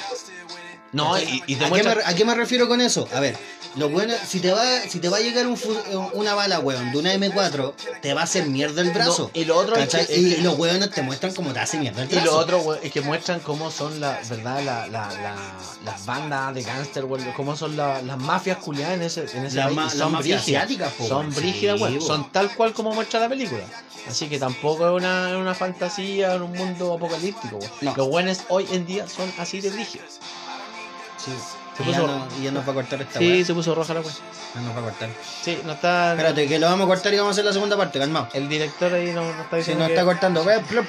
No, y, y te
¿A,
muestra-
qué me, a qué me refiero con eso? A ver, los weones, si te va, si te va a llegar un fu- eh, una bala, weón, de una M4, te va a hacer mierda el brazo.
No, y lo otro es
¿Cachai?
que- es
y
que-
los weones te muestran cómo te hace mierda el
Y
brazo.
lo otro, weón, es que muestran cómo son la, ¿verdad? La, la- la- las bandas de gángster, weón, cómo son la- las mafias culiadas en ese, en ese
Las
país,
ma-
y
las
son
mafias
brígidas.
asiáticas, po,
Son
weón.
brígidas,
Sí,
weón,
weón.
Son tal cual como muestra la película. Así que tampoco es una, es una fantasía, en un mundo apocalíptico, weón.
No.
Los buenos hoy en día son así de brígidos.
Sí.
Se
Y ya,
puso-
no, y ya nos va a cortar esta
Sí,
weá.
se puso roja la weón.
Ya nos va a cortar.
Sí, no está.
Espérate, que lo vamos a cortar y vamos a hacer la segunda parte, calmado.
El director ahí no, no está
Si
diciendo.
no
que-
está cortando. Ve, plop,